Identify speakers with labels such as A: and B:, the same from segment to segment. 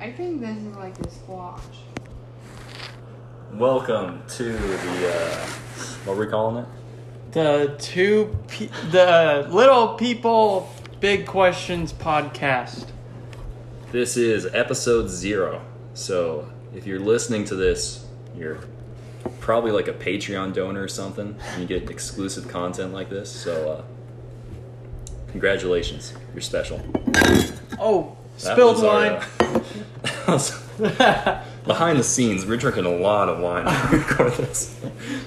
A: I think this is like a squash.
B: Welcome to the uh, what are we calling it?
C: The two, pe- the little people, big questions podcast.
B: This is episode zero. So if you're listening to this, you're probably like a Patreon donor or something, and you get exclusive content like this. So uh, congratulations, you're special.
C: Oh,
B: That
C: spilled
B: was our,
C: wine.
B: uh, behind the scenes, we're drinking a lot of wine. to record this.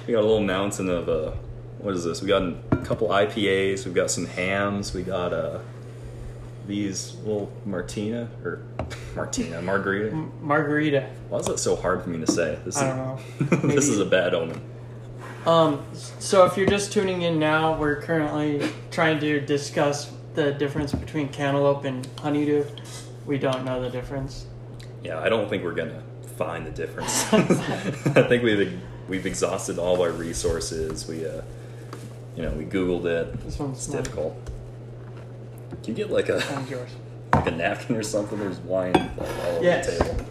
B: We got a little mountain of uh, what is this? We got a couple IPAs. We've got some hams. We got uh, these little Martina or Martina Margarita.
C: Margarita.
B: Why is that so hard for me to say? This
C: I don't know.
B: is,
C: Maybe-
B: this is a bad omen.
C: Um, so if you're just tuning in now, we're currently trying to discuss the difference between cantaloupe and honeydew. We don't know the difference.
B: Yeah, I don't think we're gonna find the difference. I think we've we've exhausted all of our resources. We uh, you know, we googled it.
C: This one's
B: It's
C: mine.
B: difficult. Can you get like a
C: Mine's yours.
B: like a napkin or something? There's wine all over
C: Yes.
B: the table.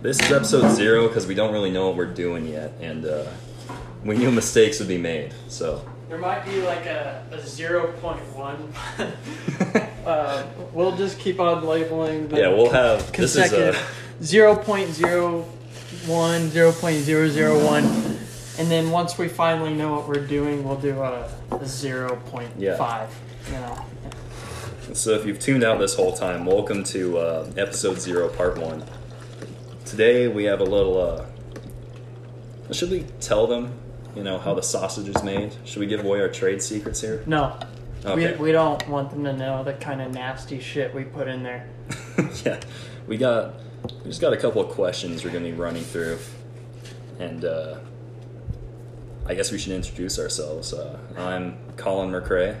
B: This is episode zero because we don't really know what we're doing yet, and uh, we knew mistakes would be made. So
C: There might be like a, a 0.1. uh, we'll just keep on labeling. The
B: yeah, we'll have this is uh,
C: consecutive
B: a
C: 0.01, 0.001. And then once we finally know what we're doing, we'll do a, a 0.5. You know?
B: So, if you've tuned out this whole time, welcome to uh, episode zero, part one. Today we have a little. Uh, should we tell them, you know, how the sausage is made? Should we give away our trade secrets here?
C: No.
B: Okay.
C: We, we don't want them to know the kind of nasty shit we put in there.
B: yeah, we got. We just got a couple of questions we're gonna be running through, and uh, I guess we should introduce ourselves. Uh, I'm Colin McRae,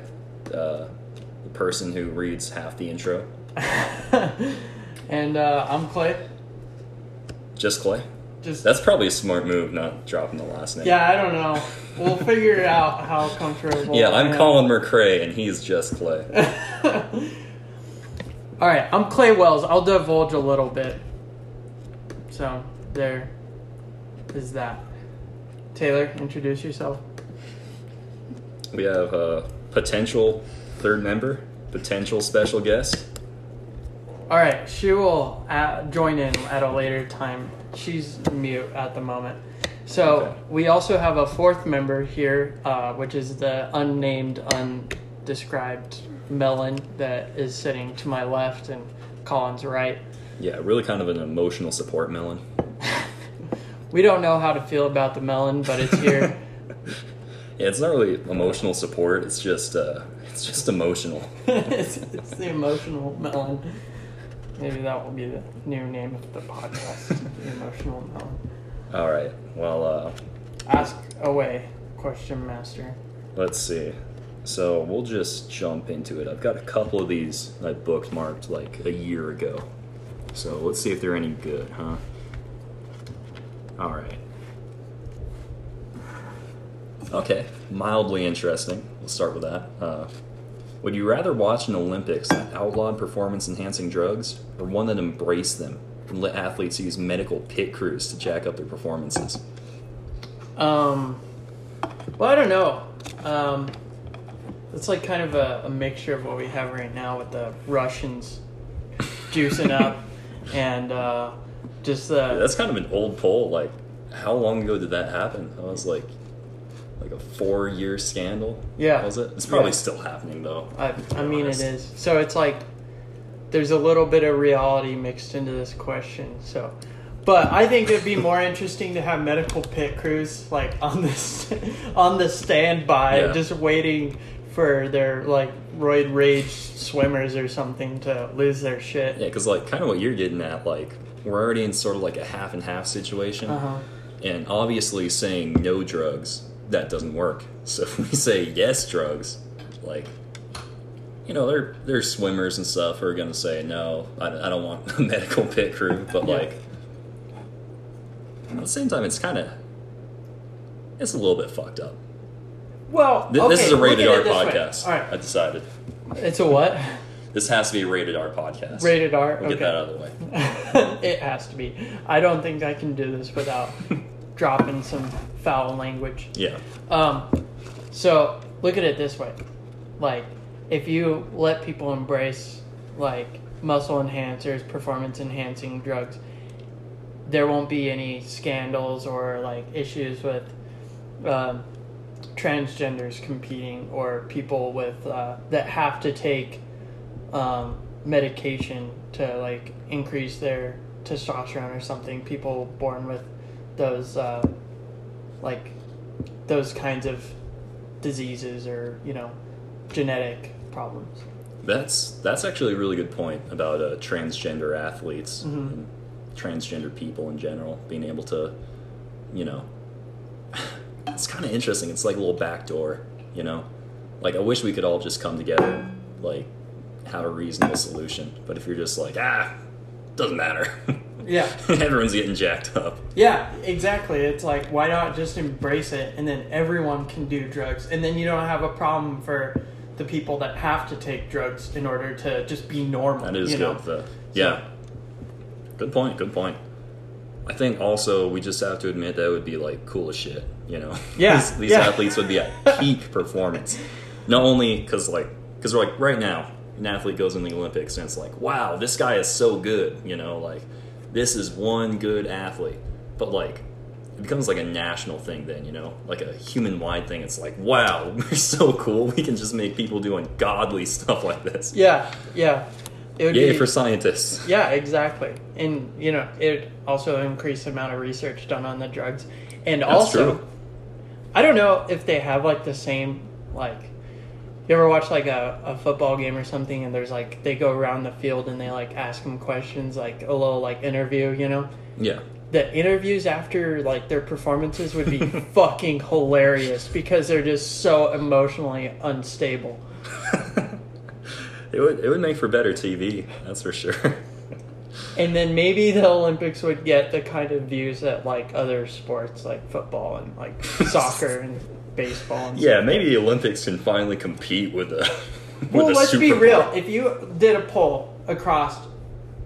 B: uh, the person who reads half the intro.
C: and uh, I'm Clay.
B: Just Clay.
C: Just
B: That's probably a smart move, not dropping the last name.
C: yeah, I don't know. We'll figure out how comfortable.
B: Yeah,
C: I
B: I'm
C: am.
B: Colin McRae, and he's just Clay.
C: All right, I'm Clay Wells. I'll divulge a little bit. So there is that. Taylor, introduce yourself.
B: We have a potential third member, potential special guest.
C: All right, she will uh, join in at a later time. She's mute at the moment. So
B: Okay.
C: we also have a fourth member here, uh, which is the unnamed, undescribed melon that is sitting to my left and Colin's right.
B: Yeah, really kind of an emotional support melon.
C: We don't know how to feel about the melon, but it's here.
B: Yeah, it's not really emotional support. It's just, uh, it's just emotional.
C: it's, it's the emotional melon. Maybe that will be the new name of the podcast. the emotional melon.
B: All right. Well, uh,
C: Ask away, question master.
B: let's see. So we'll just jump into it. I've got a couple of these I bookmarked like a year ago. So let's see if they're any good, huh? All right. Okay, mildly interesting. We'll start with that. Uh, would you rather watch an Olympics that outlawed performance enhancing drugs or one that embraced them and let athletes use medical pit crews to jack up their performances?
C: Um, well, I don't know. Um, it's like kind of a, a mixture of what we have right now with the Russians juicing up and uh, just the.
B: Yeah, that's kind of an old poll. Like, how long ago did that happen? That was like, like a four-year scandal.
C: Yeah.
B: was it? It's probably
C: Yeah.
B: still happening though.
C: I, I mean,
B: honest.
C: it is. So it's like there's a little bit of reality mixed into this question. So, but I think it'd be more interesting to have medical pit crews like on this on the standby,
B: Yeah.
C: just waiting for their like roid rage swimmers or something to lose their shit.
B: Yeah, because like, kind of what you're getting at, like, we're already in sort of like a half and half situation,
C: Uh-huh.
B: and obviously saying no drugs that doesn't work. So if we say yes drugs, like. You know, there there's swimmers and stuff who are gonna say no. I, I don't want a medical pit crew, but
C: Yeah.
B: like at the same time, it's kind of it's a little bit fucked up.
C: Well,
B: Th- this
C: okay,
B: is a
C: look
B: rated
C: at
B: R
C: it this way.
B: podcast.
C: All
B: I
C: right,
B: decided
C: it's a what?
B: this This has to be a rated R podcast.
C: Rated R.
B: We'll get that out of the way.
C: it has to be. I don't think I can do this without dropping some foul language.
B: Yeah.
C: Um, so look at it this way: like, if you let people embrace like muscle enhancers, performance enhancing drugs, there won't be any scandals or like issues with um, transgenders competing or people with uh, that have to take um, medication to like increase their testosterone or something. People born with those uh, like those kinds of diseases or you know genetic problems.
B: That's that's actually a really good point about uh, transgender athletes and transgender people in general being able to, you know, it's kind of interesting. It's like a little back door, you know. Like I wish we could all just come together, and, like have a reasonable solution. But if you're just like ah, doesn't matter.
C: Yeah.
B: Everyone's getting jacked up.
C: Yeah, exactly. It's like why not just embrace it and then everyone can do drugs and then you don't have a problem for the people that have to take drugs in order to just be normal.
B: That is
C: you
B: good.
C: Know?
B: though. yeah. Good point. Good point. I think also we just have to admit that would be like cool as shit. You know.
C: Yeah,
B: these these
C: yeah.
B: athletes would be at peak performance. Not only because like because we're like right now an athlete goes in the Olympics and it's like wow this guy is so good you know like this is one good athlete but like it becomes like a national thing then you know like a human wide thing it's like wow we're so cool we can just make people do ungodly stuff like this
C: Yeah, yeah. It would
B: Yay
C: be,
B: for scientists.
C: Yeah, exactly. And you know, it also increased the amount of research done on the drugs. And
B: That's
C: also
B: true.
C: I don't know if they have like the same like you ever watch like a, a football game or something and there's like they go around the field and they like ask them questions like a little like interview, you know?
B: Yeah.
C: The interviews after like their performances would be fucking hilarious because they're just so emotionally unstable.
B: It would it would make for better TV, that's for sure.
C: And then maybe the Olympics would get the kind of views that like other sports like football and like soccer and baseball and
B: yeah, maybe the Olympics can finally compete with the with
C: Well,
B: the
C: let's
B: Super
C: be
B: Bowl.
C: real. If you did a poll across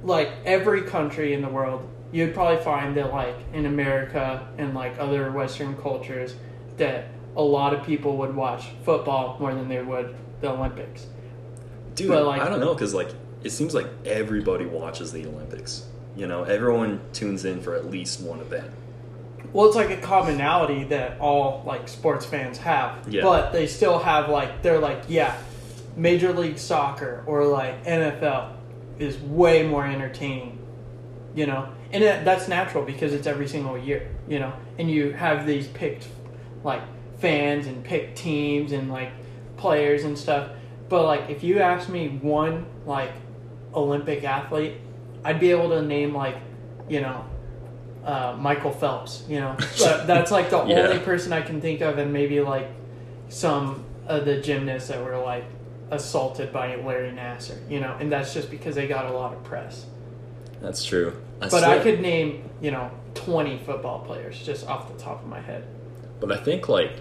C: like every country in the world, you'd probably find that like in America and like other Western cultures, that a lot of people would watch football more than they would the Olympics.
B: Dude,
C: but, like-
B: I don't know cuz like it seems like everybody watches the Olympics. You know, everyone tunes in for at least one event.
C: Well, it's like a commonality that all like sports fans have,
B: Yeah.
C: but they still have like they're like yeah, Major League Soccer or like NFL is way more entertaining, you know, and that, that's natural because it's every single year, you know, and you have these picked like fans and picked teams and like players and stuff, but like if you ask me one like Olympic athlete, I'd be able to name like you know uh, Michael Phelps. You know, but that's like the
B: Yeah.
C: only person I can think of, and maybe like some of the gymnasts that were like assaulted by Larry Nasser. You know, and that's just because they got a lot of press.
B: That's true.
C: But I
B: still-
C: could name you know twenty football players just off the top of my head.
B: But I think like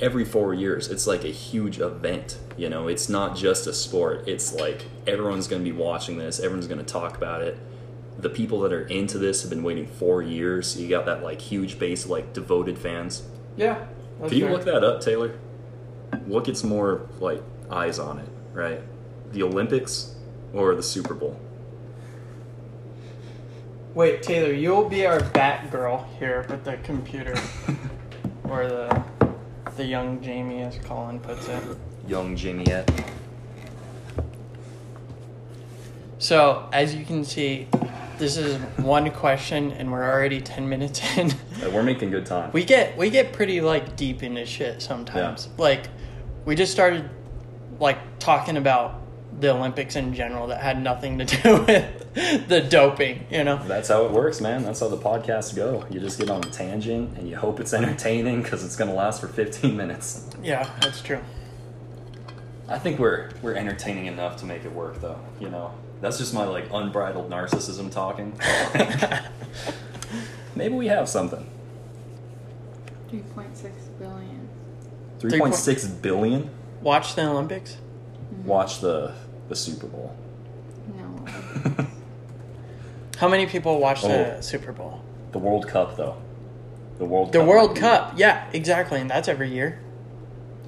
B: every four years, it's like a huge event. You know, it's not just a sport. It's like everyone's going to be watching this. Everyone's going to talk about it. The people that are into this have been waiting four years. So you got that like huge base of like devoted fans.
C: Yeah. that's
B: Can you
C: fair.
B: look that up, Taylor? What gets more like eyes on it, right? The Olympics or the Super Bowl?
C: Wait, Taylor, you'll be our bat girl here with the computer, or the the young Jamie, as Colin puts it.
B: Young Jimmy yet?
C: So, as you can see, this is one question, and we're already ten minutes in.
B: Uh, we're making good time.
C: we get we get pretty like deep into shit sometimes. Like, we just started like talking about the Olympics in general that had nothing to do with the doping. You know?
B: That's how it works, man. That's how the podcasts go. You just get on a tangent and you hope it's entertaining because it's going to last for 15 minutes.
C: Yeah, that's true.
B: I think we're we're entertaining enough to make it work, though. You know, that's just my like unbridled narcissism talking. Maybe we have something.
A: 3.6 billion.
B: 3.6 billion.
C: Watch the Olympics.
B: Watch the the Super Bowl.
C: How many people watched
B: Oh.
C: the Super Bowl?
B: the World Cup, though. The World
C: The
B: Cup.
C: World Cup. Yeah, exactly. And that's every year.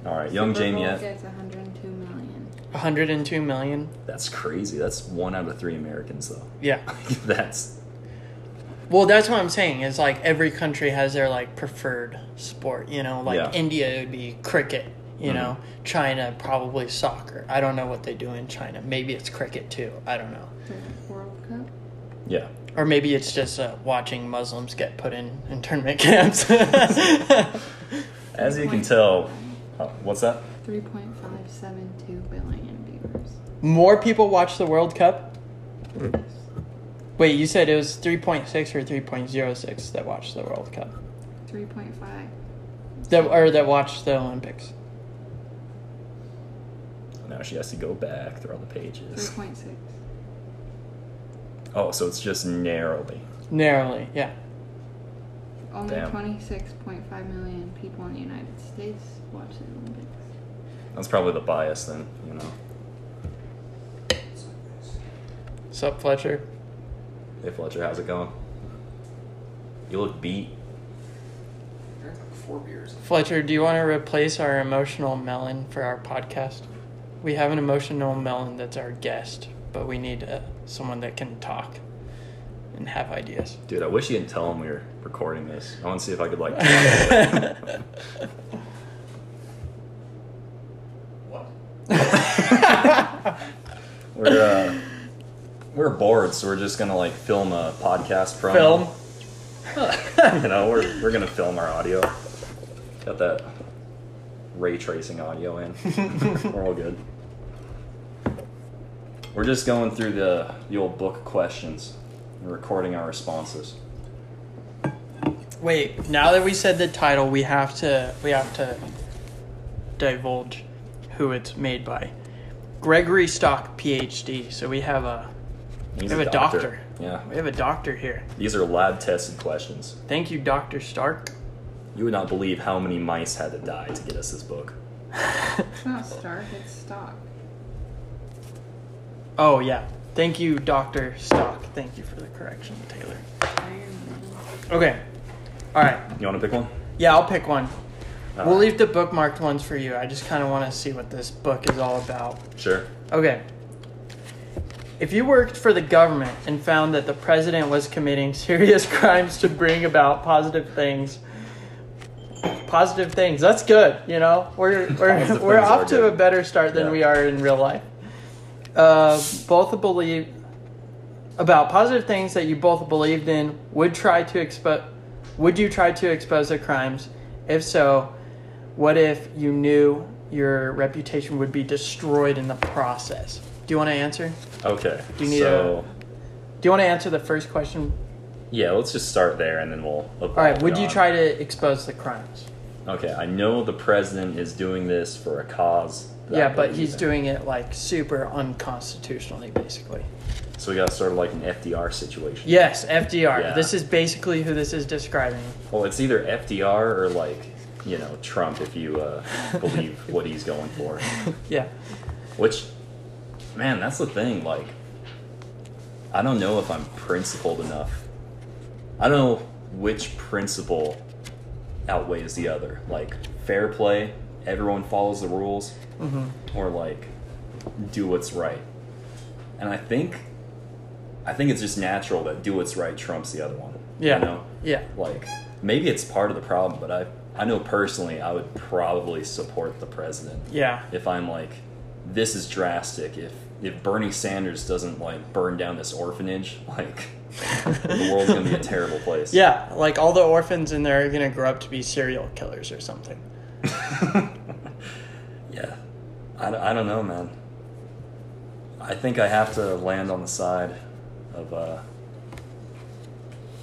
B: All right, young
A: Super
B: Jamie
A: Bowl
B: F.
A: gets 102 million.
C: 102 million.
B: That's crazy. That's one out of three Americans, though.
C: Yeah.
B: That's
C: Well, that's what I'm saying. Is like every country has their like preferred sport. You know, like
B: Yeah.
C: India would be cricket. You know, China probably soccer. I don't know what they do in China. Maybe it's cricket too. I don't know.
A: The World Cup.
B: yeah.
C: Or maybe it's just uh, watching Muslims get put in internment camps. That's
B: As you can tell, oh, what's that?
A: 3.572 billion viewers.
C: More people watch the World Cup? Wait, you said it was 3.6 or 3.06 that watched the World Cup?
A: 3.5.
C: That, or that watched the Olympics?
B: Now she has to go back through all the pages.
A: 3.6.
B: Oh, so it's just narrowly.
C: Narrowly, yeah.
A: Only
B: Damn.
A: 26.5 million people in the United States watch the Olympics.
B: That's probably the bias then, you know.
C: Sup, Fletcher?
B: Hey Fletcher, how's it going? You look beat.
D: Drank like four beers.
C: Fletcher, do you want to replace our emotional melon for our podcast? We have an emotional melon that's our guest, but we need uh, someone that can talk and have ideas.
B: Dude, I wish you didn't tell him we were recording this. I want to see if I could like.
D: What?
B: we're uh, we're bored, so we're just gonna like film a podcast from
C: Film.
B: you know, we're we're gonna film our audio. Got that ray tracing audio in. we're all good. We're just going through the the old book questions and recording our responses.
C: Wait, now that we said the title, we have to we have to divulge who it's made by. Gregory Stock, PhD. So we have a
B: He's
C: We have a doctor.
B: Yeah.
C: we have a doctor here.
B: These are lab tested questions.
C: Thank you, Doctor Stark.
B: You would not believe how many mice had to die to get us this book.
A: It's not Stark, it's Stock.
C: Oh yeah, thank you, Doctor Stock. Thank you for the correction, Taylor.
A: Iron Man.
C: Okay, all right.
B: You want to pick one?
C: Yeah, I'll pick one.
B: All
C: We'll
B: right.
C: leave the bookmarked ones for you. I just kind of want to see what this book is all about.
B: Sure.
C: Okay. If you worked for the government and found that the president was committing serious crimes to bring about positive things, positive things, that's good. You know, we're we're,
B: Positive
C: we're
B: things are
C: off to a
B: good.
C: better start than
B: Yeah.
C: we are in real life. Uh, both believe about positive things that you both believed in. Would try to expose. Would you try to expose the crimes? If so, what if you knew your reputation would be destroyed in the process? Do you want to answer?
B: Okay.
C: Do you need
B: so,
C: Do you want to answer the first question?
B: yeah, let's just start there and then we'll.
C: All right. Would you try to expose the crimes?
B: Okay, I know the president is doing this for a cause. that I
C: yeah, but
B: believe
C: he's
B: in.
C: doing it like super unconstitutionally, basically.
B: So we got sort of like an FDR situation.
C: Yes, FDR.
B: Yeah.
C: This is basically who this is describing.
B: Well, it's either FDR or like, you know, Trump if you uh, believe what he's going for.
C: Yeah.
B: Which, man, that's the thing. Like, I don't know if I'm principled enough. I don't know which principle outweighs the other. Like, fair play, everyone follows the rules, or like, do what's right. And I think, I think it's just natural that do what's right trumps the other one.
C: Yeah.
B: You know?
C: Yeah.
B: Like, maybe it's part of the problem, but I, I know personally, I would probably support the president
C: Yeah.
B: if I'm like, this is drastic. If if Bernie Sanders doesn't like burn down this orphanage, like the world's gonna be a terrible place.
C: Yeah, like all the orphans in there are gonna grow up to be serial killers or something.
B: yeah. I, don't- I don't know, man. I think I have to land on the side of uh,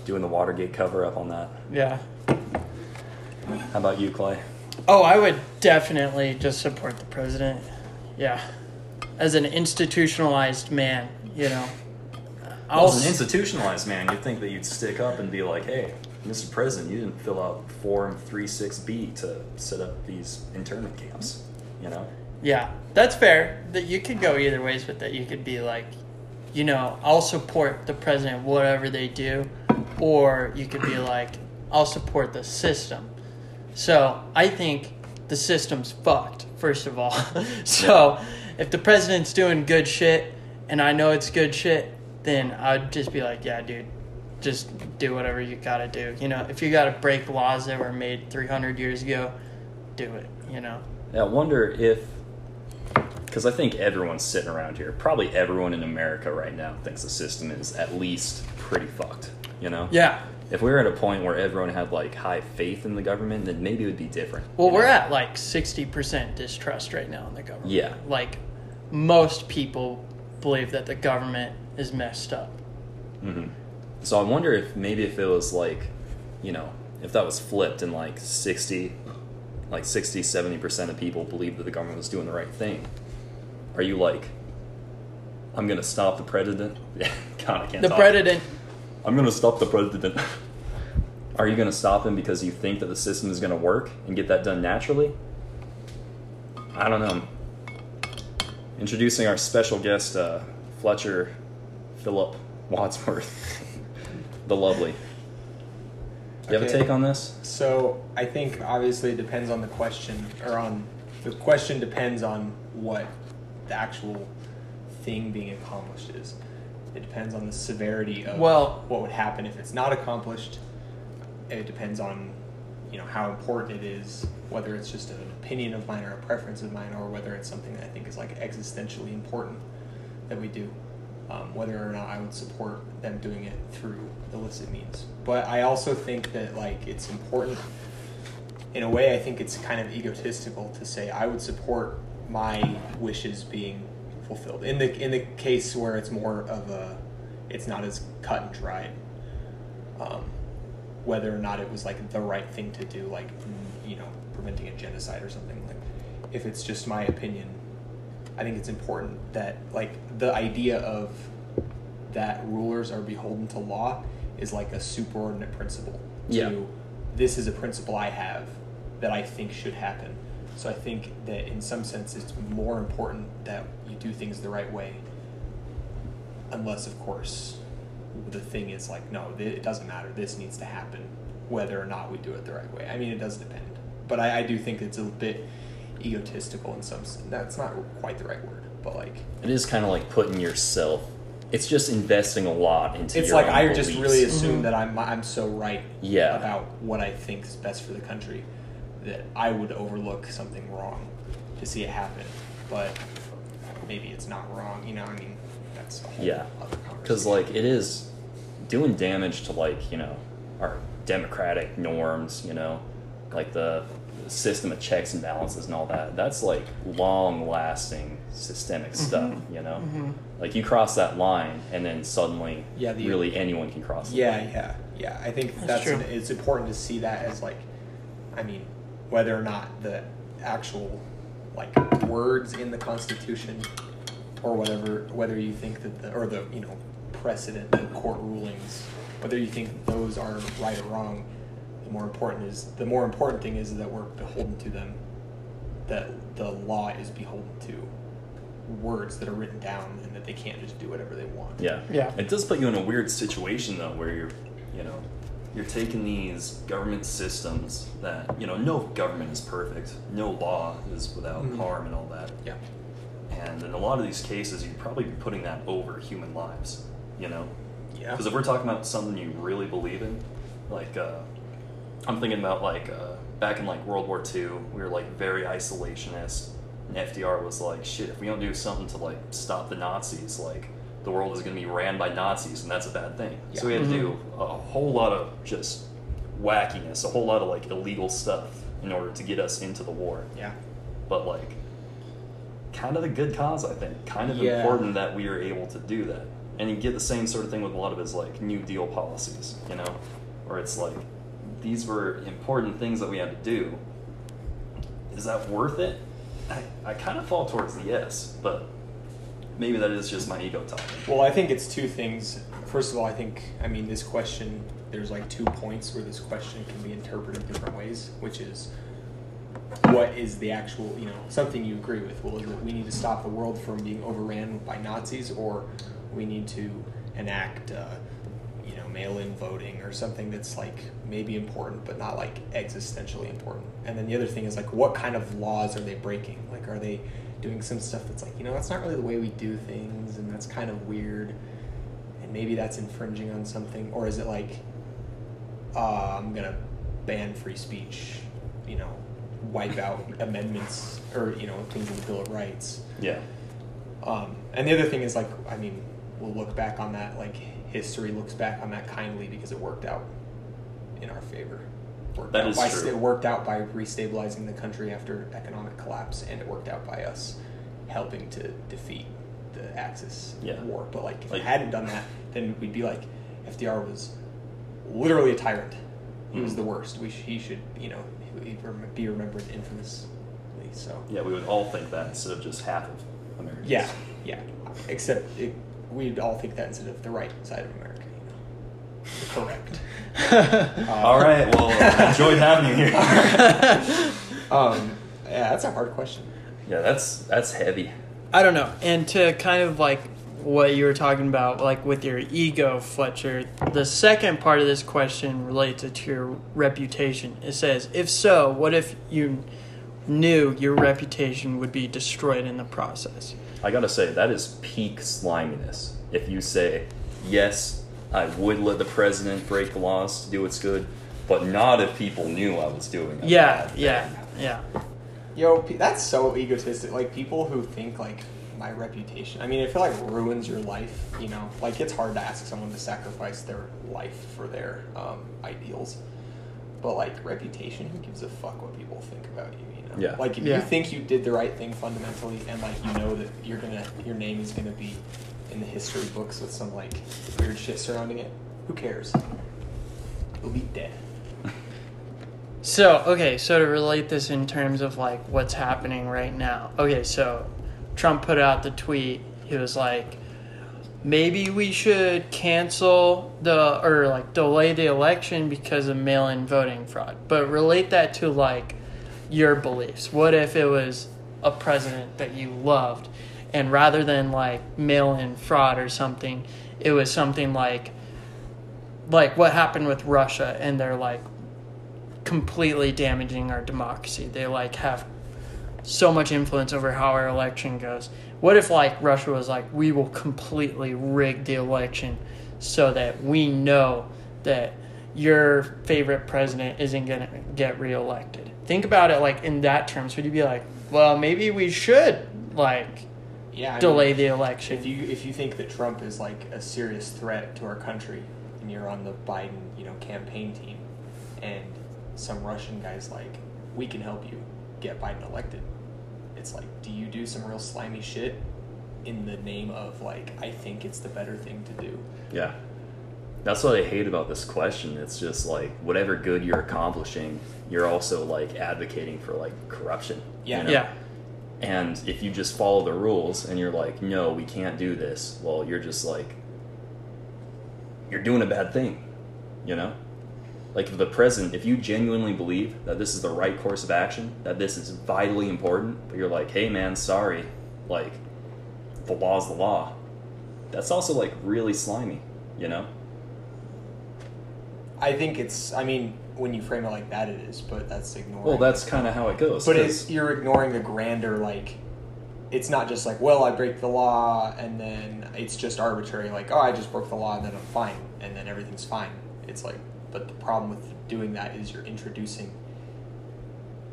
B: doing the Watergate cover up on that.
C: Yeah.
B: How about you, Clay?
C: Oh, I would definitely just support the president. Yeah. As an institutionalized man, you know. I'll
B: As an
C: s-
B: institutionalized man, you'd think that you'd stick up and be like, hey, Mr. President, you didn't fill out Form 36B to set up these internment camps, you know?
C: yeah, that's fair. That you could go either ways with that. You could be like, you know, I'll support the president, whatever they do, or you could be like, I'll support the system. So I think the system's fucked, first of all. so if the president's doing good shit and I know it's good shit, then I'd just be like, yeah, dude, just do whatever you gotta do. You know, if you gotta break laws that were made 300 years ago, do it, you know?
B: I wonder if, because I think everyone's sitting around here, probably everyone in America right now thinks the system is at least pretty fucked. You know?
C: Yeah.
B: If we were at a point where everyone had like high faith in the government, then maybe it would be different.
C: Well,
B: you know?
C: we're at like 60% distrust right now in the government.
B: Yeah.
C: Like, most people believe that the government is messed up.
B: Mm-hmm. So I wonder if maybe if it was like, you know, if that was flipped and like 60, like 60, 70% of people believe that the government was doing the right thing. Are you like, I'm going to stop the president? Yeah, God, I can't
C: The
B: talk.
C: president,
B: I'm going to stop the president. Are you going to stop him because you think that the system is going to work and get that done naturally? I don't know. Introducing our special guest, uh, Fletcher Philip Wadsworth, the lovely. Do you have
E: Okay.
B: a take on this?
E: So I think obviously it depends on the question, or on the question depends on what the actual thing being accomplished is. It depends on the severity of
C: Well-
E: what would happen if it's not accomplished. It depends on you know how important it is, whether it's just an opinion of mine or a preference of mine, or whether it's something that I think is like existentially important that we do. Um, whether or not I would support them doing it through illicit means, but I also think that like it's important in a way, I think it's kind of egotistical to say I would support my wishes being fulfilled in the in the case where it's more of a, it's not as cut and dried. Um, whether or not it was like the right thing to do, like mm, you know, preventing a genocide or something. Like, if it's just my opinion, I think it's important that like the idea of that rulers are beholden to law is like a superordinate principle. To,
B: Yeah.
E: This is a principle I have that I think should happen. So I think that in some sense it's more important that you do things the right way, unless of course the thing is like no, th- it doesn't matter. This needs to happen whether or not we do it the right way. I mean, it does depend, but I, I do think it's a bit egotistical in some sense. That's not quite the right word, but like
B: It is kind of like putting yourself. It's just investing a lot into.
E: it's
B: your
E: like
B: own
E: I just
B: beliefs.
E: really assume that I'm I'm so right
B: Yeah.
E: about what I think is best for the country that I would overlook something wrong to see it happen, but maybe it's not wrong. You know, I mean, that's a whole
B: Yeah.
E: other
B: because
E: conversation.
B: like it is doing damage to like you know our democratic norms you know like the system of checks and balances and all that that's like long lasting systemic stuff you know like you cross that line and then suddenly
E: Yeah, the-
B: really anyone can cross the
E: Yeah,
B: line.
E: yeah, yeah. I think
C: That's
E: that's,
C: true.
E: an, it's important to see that as like, I mean, whether or not the actual like words in the Constitution or whatever, whether you think that the or the you know precedent, the court rulings, whether you think those are right or wrong, the more important is the more important thing is that we're beholden to them, that the law is beholden to words that are written down and that they can't just do whatever they want.
B: Yeah.
C: Yeah.
B: It does put you in a weird situation though where you're you know, you're taking these government systems that, you know, no government is perfect. No law is without
E: Mhm.
B: harm and all that.
E: Yeah.
B: And in a lot of these cases you'd probably be putting that over human lives, you know?
E: Yeah.
B: Because if we're talking about something you really believe in, like uh, I'm thinking about like uh, back in like World War II, we were like very isolationist, and FDR was like, "Shit, if we don't do something to like stop the Nazis, like the world is gonna be ran by Nazis, and that's a bad thing." So we had to do a whole lot of just wackiness, a whole lot of like illegal stuff in order to get us into the war.
E: Yeah.
B: But like, kind of a good cause, I think. Kind of
E: Yeah.
B: important that we are able to do that. And you get the same sort of thing with a lot of his like New Deal policies, you know, where it's like these were important things that we had to do. Is that worth it? I, I kind of fall towards the yes, but maybe that is just my ego talking.
E: Well, I think it's two things. First of all, I think, I mean, this question, there's like two points where this question can be interpreted different ways, which is what is the actual, you know, something you agree with? Well, is it we need to stop the world from being overran by Nazis, or we need to enact, uh, you know, mail-in voting or something that's like maybe important but not like existentially important. And then the other thing is like, what kind of laws are they breaking? Like, are they doing some stuff that's like, you know, that's not really the way we do things, and that's kind of weird, and maybe that's infringing on something, or is it like, uh, I'm gonna ban free speech, you know, wipe out amendments or you know things in the Bill of Rights.
B: Yeah.
E: Um, and the other thing is like, I mean, we'll look back on that. Like history looks back on that kindly because it worked out in our favor. Worked
B: That
E: out
B: is
E: by,
B: true.
E: It worked out by restabilizing the country after economic collapse, and it worked out by us helping to defeat the Axis
B: Yeah.
E: war. But like, if
B: Like-
E: we hadn't done that, then we'd be like, FDR was literally a tyrant. He was
B: Mhm.
E: the worst. We sh- he should, you know, he'd rem- be remembered infamously. So
B: Yeah, we would all think that instead of just half of Americans.
E: yeah, yeah. Except it, we'd all think that instead of the right side of America. You know. Correct.
B: All right. Well, I enjoyed having you here.
E: Um, yeah, that's a hard question.
B: Yeah, that's that's heavy.
C: I don't know. And to kind of like what you were talking about, like with your ego, Fletcher, the second part of this question relates it to your reputation. It says, if so, what if you knew your reputation would be destroyed in the process?
B: I gotta say that is peak sliminess. If you say yes, I would let the president break the laws to do what's good, but not if people knew I was doing it.
C: Yeah, yeah, yeah.
E: Yo, pe- that's so egotistic. Like people who think like my reputation. I mean, I feel like ruins your life. You know, like it's hard to ask someone to sacrifice their life for their um, ideals. But like reputation, who gives a fuck what people think about you? You know,
B: Yeah.
E: like if
C: Yeah.
E: you think you did the right thing fundamentally, and like you know that you're gonna, your name is gonna be in the history books with some like weird shit surrounding it. Who cares? You'll be dead.
C: So, okay, so to relate this in terms of like what's happening right now. Okay, so Trump put out the tweet. He was like, maybe we should cancel the, or like delay the election because of mail in voting fraud. But relate that to like your beliefs. What if it was a president that you loved and rather than like mail in fraud or something, it was something like, like what happened with Russia and they're like, completely damaging our democracy. They like have so much influence over how our election goes. What if like Russia was like, we will completely rig the election so that we know that your favorite president isn't gonna get reelected? Think about it like in that terms. Would you be like, well, maybe we should like
E: Yeah. I mean-
C: delay the election?
E: If you if you think that Trump is like a serious threat to our country, and you're on the Biden you know campaign team, and some Russian guy's like, we can help you get Biden elected. It's like, do you do some real slimy shit in the name of like I think it's the better thing to do?
B: Yeah. That's what I hate about this question. It's just like whatever good you're accomplishing, you're also like advocating for like corruption.
E: Yeah.
B: you know?
C: yeah,
B: And if you just follow the rules and you're like, no, we can't do this, well, you're just like, you're doing a bad thing, you know? Like if the president, if you genuinely believe that this is the right course of action, that this is vitally important, but you're like, hey man, sorry, like, the law's the law. That's also like really slimy, you know?
E: I think it's. I mean, when you frame it like that, it is. But that's ignoring.
B: Well, that's kind of how it goes.
E: But
B: 'cause-
E: it's you're ignoring the grander like it's not just like, well, I break the law and then it's just arbitrary like, oh, I just broke the law and then I'm fine and then everything's fine. It's like but the problem with doing that is you're introducing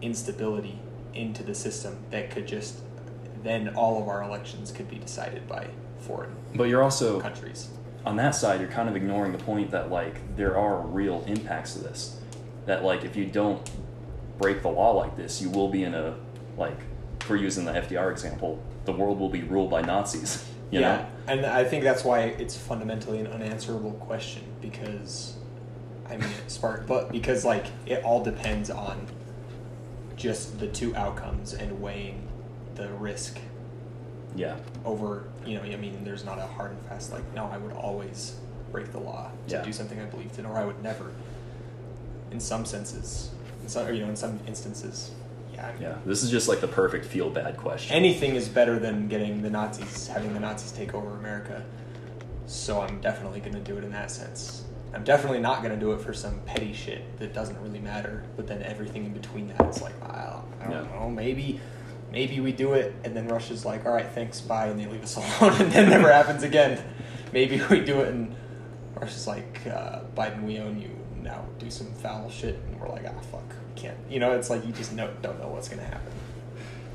E: instability into the system that could just then all of our elections could be decided by foreign
B: but you're also
E: countries.
B: on that side, you're kind of ignoring the point that like there are real impacts to this. That like if you don't break the law like this, you will be in a like if we're using the FDR example, the world will be ruled by Nazis. You
E: yeah,
B: know?
E: and I think that's why it's fundamentally an unanswerable question because, I mean, it's spark, but because like it all depends on just the two outcomes and weighing the risk
B: Yeah.
E: over. You know, I mean, there's not a hard and fast like. No, I would always break the law to
B: Yeah.
E: do something I believed in, or I would never. In some senses, in some, or, you know, in some instances, yeah, I mean,
B: Yeah. This is just like the perfect feel bad question.
E: anything is better than getting the Nazis having the Nazis take over America. So I'm definitely going to do it in that sense. I'm definitely not going to do it for some petty shit that doesn't really matter. But then everything in between that is like, I don't, I don't
B: Yeah.
E: know, maybe. Maybe we do it, and then Rush is like, "All right, thanks, bye," and they leave us alone, and then it never happens again. Maybe we do it, and Rush is like, uh, "Biden, we own you." Now do some foul shit, and we're like, "Ah, fuck, we can't." You know, it's like you just know, don't know what's gonna happen.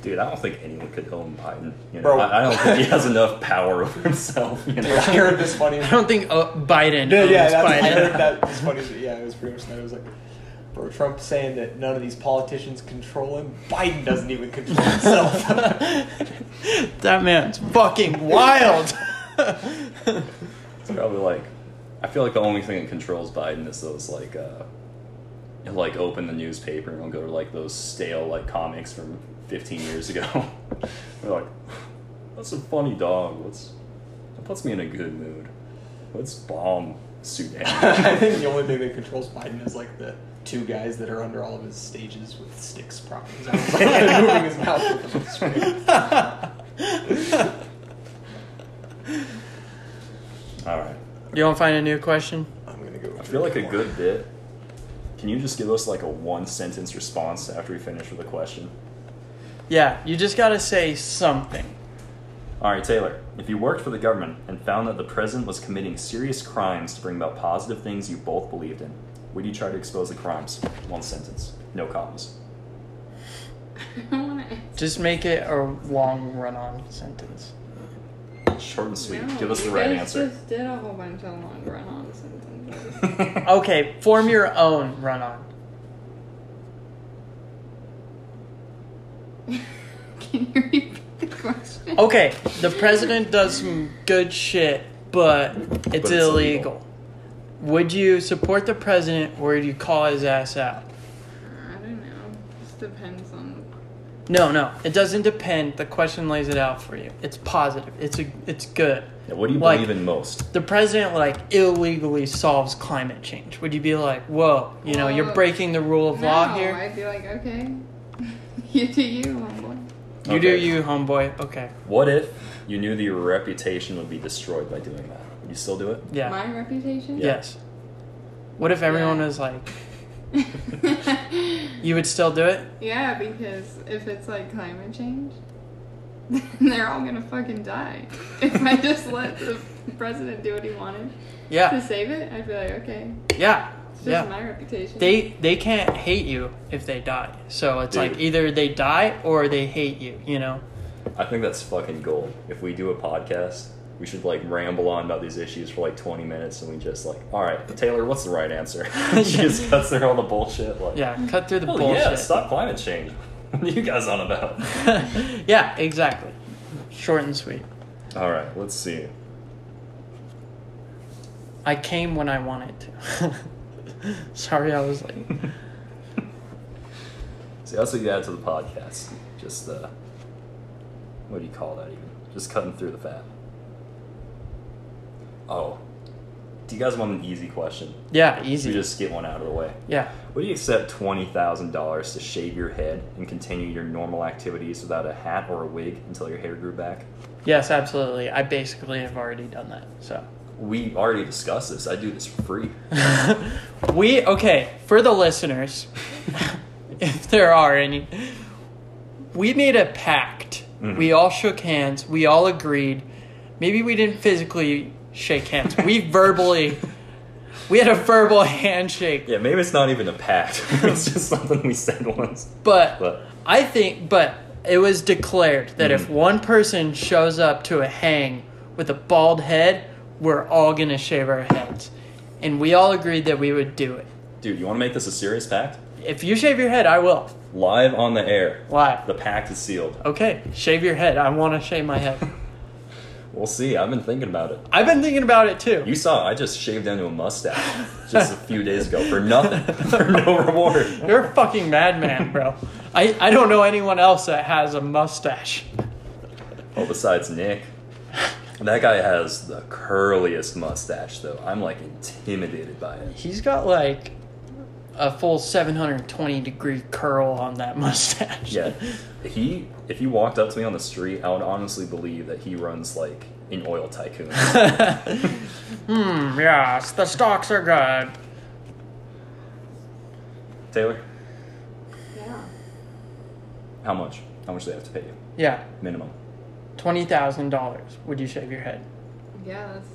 B: Dude, I don't think anyone could own Biden. You know,
E: Bro.
B: I, I don't think he has enough power over himself. You know?
E: Dude, I heard this funny.
C: I don't think uh, Biden.
E: Yeah, yeah,
C: owns
E: that's, I
C: Biden.
E: heard that was funny. as- Yeah, it was pretty much that. It was like, bro, Trump saying that none of these politicians control him. Biden doesn't even control himself.
C: That man's fucking wild.
B: It's probably like, I feel like the only thing that controls Biden is those like, uh, he'll, like open the newspaper and he'll go to like those stale like comics from 15 years ago. They're like, that's a funny dog. What's that puts me in a good mood. Let's bomb Sudan.
E: I think the only thing that controls Biden is like the two guys that are under all of his stages with sticks propping his mouth, like, moving his mouth with a string.
B: All right.
C: You want to find a new question?
E: I'm gonna go.
B: I feel like a good bit. Can you just give us like a one sentence response after we finish with a question?
C: Yeah, you just gotta say something.
B: All right, Taylor. If you worked for the government and found that the president was committing serious crimes to bring about positive things you both believed in, would you try to expose the crimes? One sentence, no commas.
A: I don't want to.
C: Just make it a long run-on sentence.
B: Short and sweet.
A: No,
B: Give us the
A: you
B: right
A: guys
B: answer.
A: Just did a whole bunch of long run-on sentences.
C: Okay, form your own run-on.
A: Can you repeat the question?
C: Okay, the president does some good shit, but it's,
B: it's
C: illegal.
B: illegal.
C: Would you support the president or would you call his ass out?
A: I don't know. Just depends on.
C: No, no, it doesn't depend. The question lays it out for you. It's positive. It's a, it's good.
B: Yeah, what do you
C: Like-
B: believe in most?
C: The president like illegally solves climate change. Would you be like, whoa, you know, you're
A: Whoa.
C: breaking the rule of
A: no,
C: law here?
A: I'd be like, okay, you do you, homeboy.
C: You do
B: Okay.
C: you, homeboy. Okay,
B: What if you knew that your reputation would be destroyed by doing that? Would you still do it?
C: yeah,
A: My reputation.
C: yes. What if everyone
A: Yeah.
C: was like,
A: Yeah.
C: you would still do it?
A: because if it's like climate change, then they're all gonna fucking die. If I just let the president do what he wanted to
C: Yeah,
A: save it, I'd be like, okay,
C: yeah,
A: it's just
C: yeah.
A: my reputation.
C: they they can't hate you if they die. So it's like
B: Dude.
C: either they die or they hate you. You know.
B: I think that's fucking gold. If we do a podcast, we should like ramble on about these issues for like 20 minutes and we just like, all right, Taylor, what's the right answer? she just cuts through all the bullshit. Like,
C: Yeah,
A: Mm.
C: cut through the
B: "Oh,
C: bullshit.
B: yeah, stop climate change. what are you guys on about?
C: yeah, exactly. Short and sweet.
B: all right, let's see.
C: I came when I wanted to. Sorry, I was late.
B: See, that's what you add to the podcast. Just, uh, what do you call that even? Just cutting through the fat. Oh. Do you guys want an easy question?
C: Yeah,
B: We
C: easy.
B: just get one out of the way.
C: yeah.
B: Would you accept twenty thousand dollars to shave your head and continue your normal activities without a hat or a wig until your hair grew back?
C: Yes, absolutely. I basically have already done that. So
B: We already discussed this. I do this for free.
C: we okay for the listeners, if there are any. We made a pact.
B: Mm-hmm.
C: We all shook hands. We all agreed. Maybe we didn't physically shake hands. We verbally. We had a verbal handshake,
B: Yeah, maybe it's not even a pact. it's just something we said once.
C: but
B: But Mm-hmm.
C: I think, but it was declared that if one person shows up to a hang with a bald head, we're all gonna shave our heads, and we all agreed that we would do it.
B: dude, you want to make this a serious pact?
C: If you shave your head, I will
B: Live on the air.
C: live.
B: The pact is sealed.
C: Okay, shave your head. I want to shave my head.
B: We'll see. I've been thinking about it.
C: I've been thinking about it too.
B: You saw I just shaved down to a mustache just a few days ago for nothing, for no reward.
C: You're a fucking madman, bro. I, I don't know anyone else that has a mustache.
B: Well, besides Nick, that guy has the curliest mustache, though. I'm like intimidated by it.
C: He's got like a full 720 degree curl on that mustache.
B: Yeah, he if he walked up to me on the street, I would honestly believe that he runs like in oil tycoons.
C: Hmm, yes, the stocks are good.
B: Taylor,
A: Yeah.
B: how much? How much do they have to pay you?
C: Yeah,
B: Minimum.
C: $20,000. Would you shave your head?
A: Yeah, that's,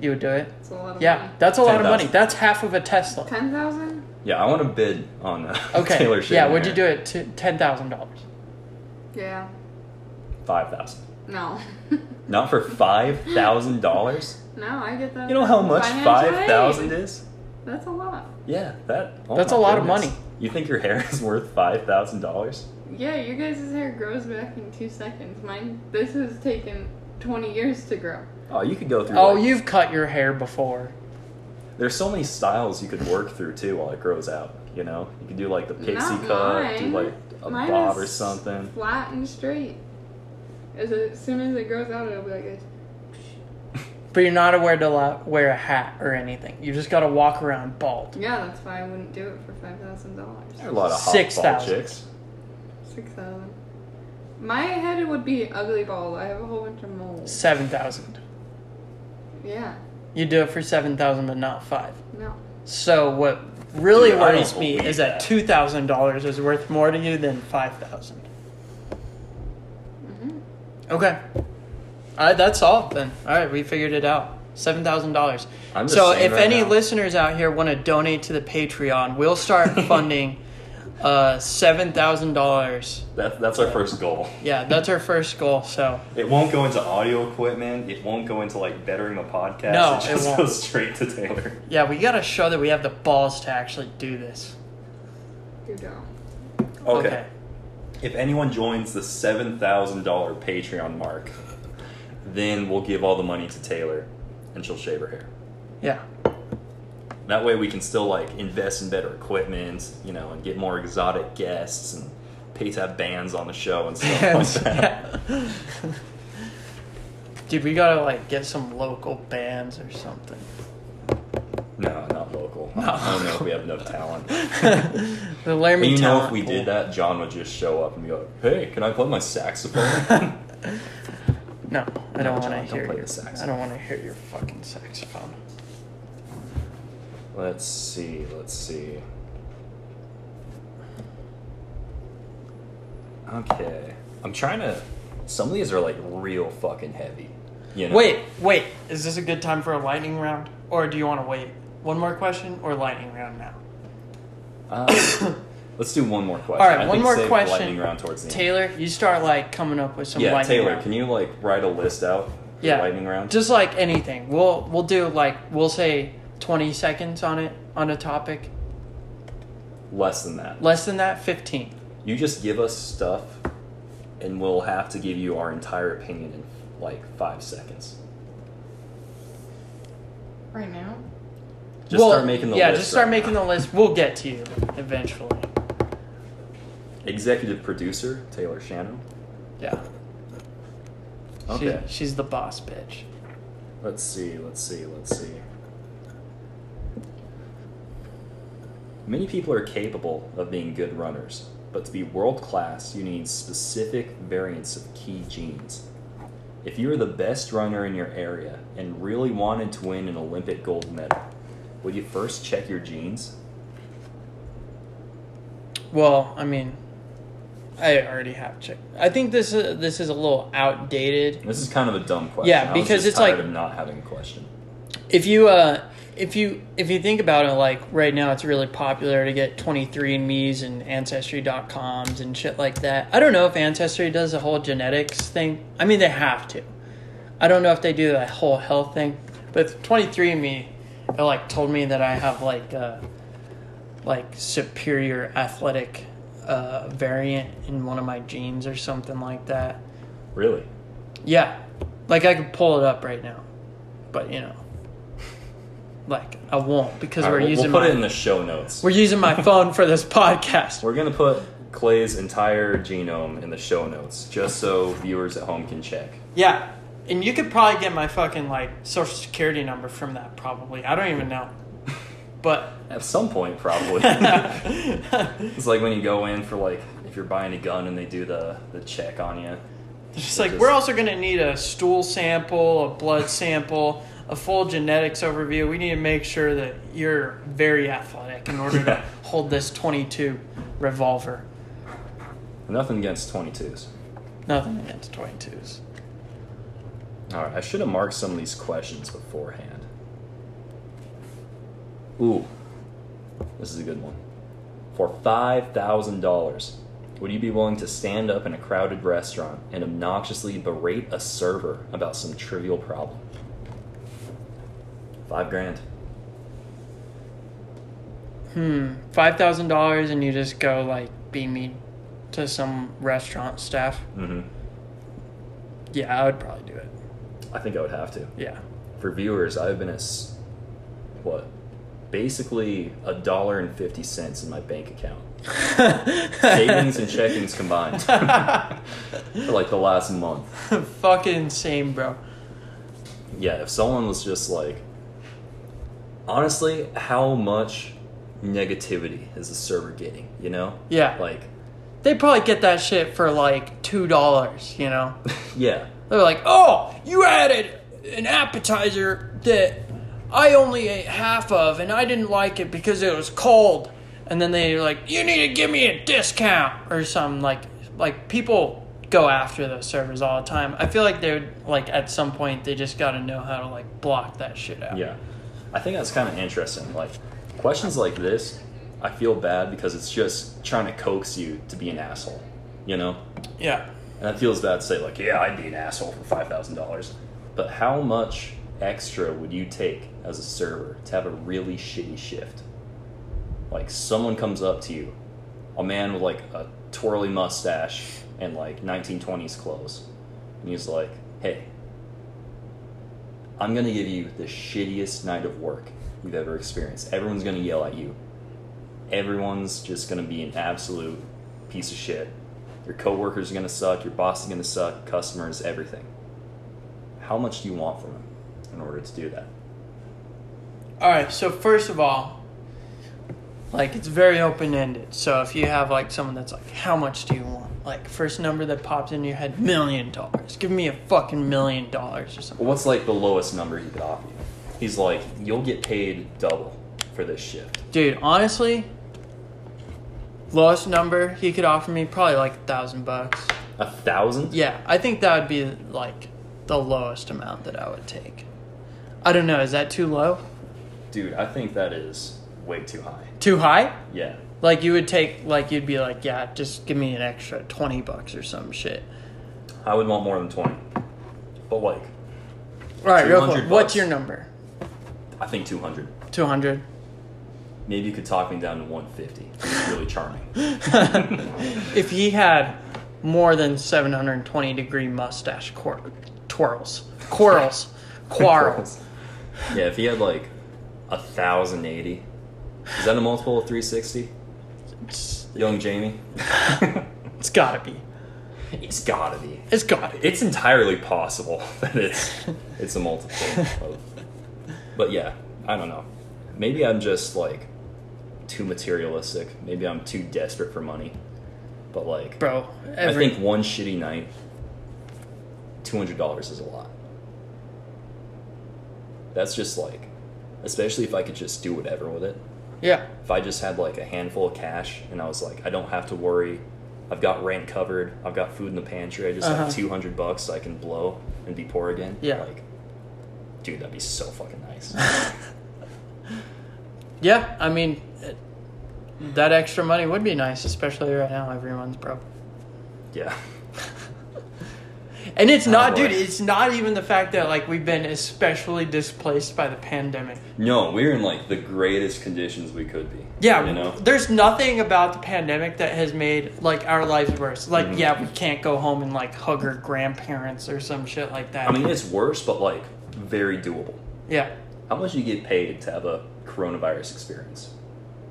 C: You would do it?
A: that's a lot of
C: Yeah,
A: money.
C: that's a lot of money.
B: 10,000.
C: That's half of a Tesla.
A: Ten thousand?
B: Yeah, I want to bid on uh,
C: Okay.
B: Taylor
C: yeah, would you do it? To $10,000.
A: Yeah.
B: Five thousand.
A: No.
B: Not for five thousand dollars.
A: no, I get that.
B: You know how
A: from
B: much
A: financial aid.
B: five thousand is?
A: That's a lot.
B: Yeah, that. oh
C: That's
B: my
C: a lot of
B: goodness.
C: money.
B: You think your hair is worth five thousand dollars?
A: Yeah, your guys' hair grows back in two seconds. Mine, this has taken 20 years to grow.
B: Oh, you could go through.
C: Oh,
B: like-
C: you've cut your hair before.
B: There's so many styles you could work through too while it grows out. You know, you could do like the pixie
A: Not
B: cut,
A: mine.
B: do like a
A: Mine
B: bob
A: is
B: or something.
A: Flat and straight. As, as soon as it grows out, it'll be like this.
C: But you're not aware to la- wear a hat or anything. You just gotta walk around bald.
A: Yeah, that's why I wouldn't do it for five thousand dollars.
B: There are a lot of hot
C: Six
B: ball
C: thousand.
B: chicks.
A: Six thousand. My head would be ugly bald. I have a whole bunch of moles.
C: 7,000.
A: Yeah.
C: You do it for 7,000 but not 5.
A: No.
C: So what really
B: Dude, I don't
C: worries me
B: believe
C: is that
B: that.
C: $2,000 is worth more to you than 5,000.
A: hmm
C: Okay. All right, that's all then. All right, we figured it out. Seven thousand dollars.
B: I'm just
C: So,
B: saying
C: if
B: right
C: any
B: now.
C: listeners out here want to donate to the Patreon, we'll start funding uh, seven thousand dollars.
B: That, that's our first goal.
C: Yeah, that's our first goal. So,
B: It won't go into audio equipment. It won't go into like bettering the podcast.
C: No,
B: it
C: it
B: just
C: won't.
B: goes straight to Taylor.
C: yeah, we got to show that we have the balls to actually do this.
A: You don't.
B: Okay. If anyone joins the seven thousand dollar Patreon mark, then we'll give all the money to Taylor, and she'll shave her hair.
C: Yeah.
B: That way, we can still like invest in better equipment, you know, and get more exotic guests and pay to have bands on the show and stuff like that.
C: Yeah. Dude, we gotta like get some local bands or something.
B: No, not local. I don't know if we have enough talent.
C: The Laramie
B: And you know, if
C: Talent
B: we
C: Pool.
B: did that, John would just show up and be like, "Hey, can I play my saxophone?"
C: No, I
B: No,
C: don't
B: John,
C: want
B: don't
C: to hear
B: play
C: your.
B: the saxophone.
C: I don't want to hear your fucking saxophone.
B: let's see. Let's see. Okay, I'm trying to. Some of these are like real fucking heavy. You know?
C: Wait, wait. Is this a good time for a lightning round, or do you want to wait one more question or lightning round now?
B: Uh, let's do one more question.
C: All right,
B: I
C: one
B: think
C: more
B: save the
C: question.
B: Lightning round towards the end.
C: Taylor, you start like coming up with some.
B: Yeah,
C: lightning
B: Taylor,
C: round.
B: can you like write a list out? for
C: Yeah,
B: Lightning round.
C: Just like anything, we'll we'll do like we'll say twenty seconds on it on a topic.
B: less than that.
C: Less than that, fifteen.
B: You just give us stuff, and we'll have to give you our entire opinion in like five seconds.
A: Right now?
B: Just
C: Well,
B: start making the
C: yeah,
B: list.
C: just start
B: right
C: making
B: now.
C: the list. We'll get to you eventually.
B: Executive producer Taylor Shannon.
C: Yeah. She-
B: Okay.
C: she's the boss bitch.
B: Let's see. Let's see. Let's see. Many people are capable of being good runners, but to be world class, you need specific variants of key genes. If you were the best runner in your area and really wanted to win an Olympic gold medal, would you first check your genes?
C: Well, I mean, I already have checked. I think this is, this is a little outdated.
B: This is kind of a dumb question.
C: Yeah,
B: I was
C: because
B: just
C: it's
B: tired
C: like-
B: of not having a question.
C: If you uh, if you if you think about it, like right now, it's really popular to get twenty three andmes and Ancestry.coms and shit like that. I don't know if Ancestry does the whole genetics thing. I mean, they have to. I don't know if they do that whole health thing, but twenty three andme it like told me that I have like uh, like superior athletic uh, variant in one of my genes or something like that.
B: Really?
C: Yeah. Like I could pull it up right now. But you know. Like I won't because
B: All
C: we're
B: right, we'll-
C: using
B: we'll put
C: my
B: it in the show notes.
C: we're using my phone for this podcast.
B: We're gonna put Clay's entire genome in the show notes, just so viewers at home can check.
C: Yeah. And you could probably get my fucking like social security number from that probably. I don't even know. But
B: At some point, probably.
C: yeah,
B: it's like when you go in for like if you're buying a gun and they do the the check on you.
C: They're just like
B: Just-
C: we're also going to need a stool sample, a blood sample, a full genetics overview. We need to make sure that you're very athletic in order
B: Yeah.
C: to hold this 22 revolver.
B: Nothing against 22s.
C: Nothing against 22s.
B: All right, I should have marked some of these questions beforehand. Ooh, this is a good one. For $5,000, would you be willing to stand up in a crowded restaurant and obnoxiously berate a server about some trivial problem? Five grand.
C: Hmm, five thousand dollars, and you just go like be me to some restaurant staff.
B: hmm
C: Yeah, I would probably do it.
B: I think I would have to.
C: Yeah,
B: For viewers, I've been at, s- what, basically a dollar and fifty cents in my bank account. Savings and checkings combined. for like the last month.
C: fucking same, bro.
B: Yeah, if someone was just like, honestly, how much negativity is the server getting? You know?
C: Yeah.
B: Like,
C: They probably get that shit for like two dollars. You know,
B: yeah,
C: they're like, "Oh, you added an appetizer that I only ate half of, and I didn't like it because it was cold." And then they're like, "You need to give me a discount or something." Like, like people go after those servers all the time. I feel like they would like at some point they just got to know how to like block that shit out.
B: yeah. I think that's kind of interesting. Like, questions like this, I feel bad because it's just trying to coax you to be an asshole. You know?
C: yeah.
B: And that feels bad to say, like, yeah, I'd be an asshole for $5,000. But how much extra would you take as a server to have a really shitty shift? Like, someone comes up to you, a man with like a twirly mustache and like 1920s clothes, and he's like, hey, I'm gonna give you the shittiest night of work you've ever experienced. Everyone's gonna yell at you. Everyone's just gonna be an absolute piece of shit. Your coworkers are gonna suck. Your boss is gonna suck. Customers, everything. How much do you want from them in order to do that?
C: All right. So first of all, like it's very open ended. So if you have like someone that's like, how much do you want? Like first number that pops in your head, million dollars. Give me a fucking million dollars or something.
B: Well, what's like the lowest number he could offer you? He's like, you'll get paid double for this shift.
C: Dude, honestly, lowest number he could offer me probably like a thousand bucks.
B: A thousand?
C: Yeah, I think that would be like the lowest amount that I would take. I don't know. Is that too low?
B: Dude, I think that is way too high.
C: Too high?
B: Yeah.
C: Like you would take like you'd be like, yeah, just give me an extra twenty bucks or some shit.
B: I would want more than 20. But like,
C: All right, real quick.
B: 200
C: What's
B: bucks.
C: your number?
B: I think 200.
C: Two hundred.
B: Maybe you could talk me down to 150. It's really charming.
C: If he had more than seven hundred and twenty degree mustache quir- twirls, quarrels, quarrels.
B: Yeah, if he had like a 1,080. Is that a multiple of 360?
C: It's,
B: Young Jamie?
C: it's gotta be.
B: It's gotta be.
C: It's gotta be.
B: It's entirely possible that it's it's a multiple. Of, but yeah, I don't know. Maybe I'm just like too materialistic. Maybe I'm too desperate for money. But like,
C: bro.
B: I
C: Every,
B: think one shitty night, two hundred dollars is a lot. That's just like, especially if I could just do whatever with it.
C: yeah,
B: If I just had like a handful of cash and I was like, I don't have to worry. I've got rent covered. I've got food in the pantry. I just
C: Uh-huh.
B: have two hundred bucks I can blow and be poor again.
C: Yeah.
B: like, dude, that'd be so fucking nice.
C: yeah. I mean, it, that extra money would be nice, especially right now. Everyone's broke.
B: yeah,
C: And it's not,
B: Oh, boy.
C: dude. It's not even the fact that like we've been especially displaced by the pandemic.
B: no, we're in like the greatest conditions we could be.
C: Yeah,
B: you know.
C: there's nothing about the pandemic that has made like our lives worse. Like,
B: Mhm.
C: yeah, we can't go home and like hug our grandparents or some shit like that.
B: I mean, it's worse, but like very doable.
C: yeah,
B: How much do you get paid to have a coronavirus experience?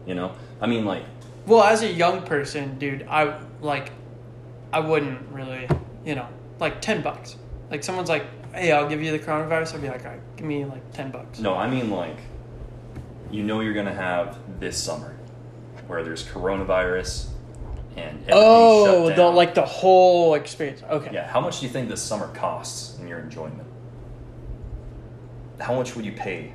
B: You know, I mean, like,
C: Well, as a young person, dude, I like, I wouldn't really, you know, like ten bucks. Like someone's like, "Hey, I'll give you the coronavirus." I'd be like, All right, "Give me like ten bucks."
B: no, I mean, like, you know, you're gonna have this summer where there's coronavirus, and everything's
C: Oh,
B: shut
C: the
B: down.
C: like the whole experience. Okay.
B: Yeah, how much do you think this summer costs in your enjoyment? How much would you pay?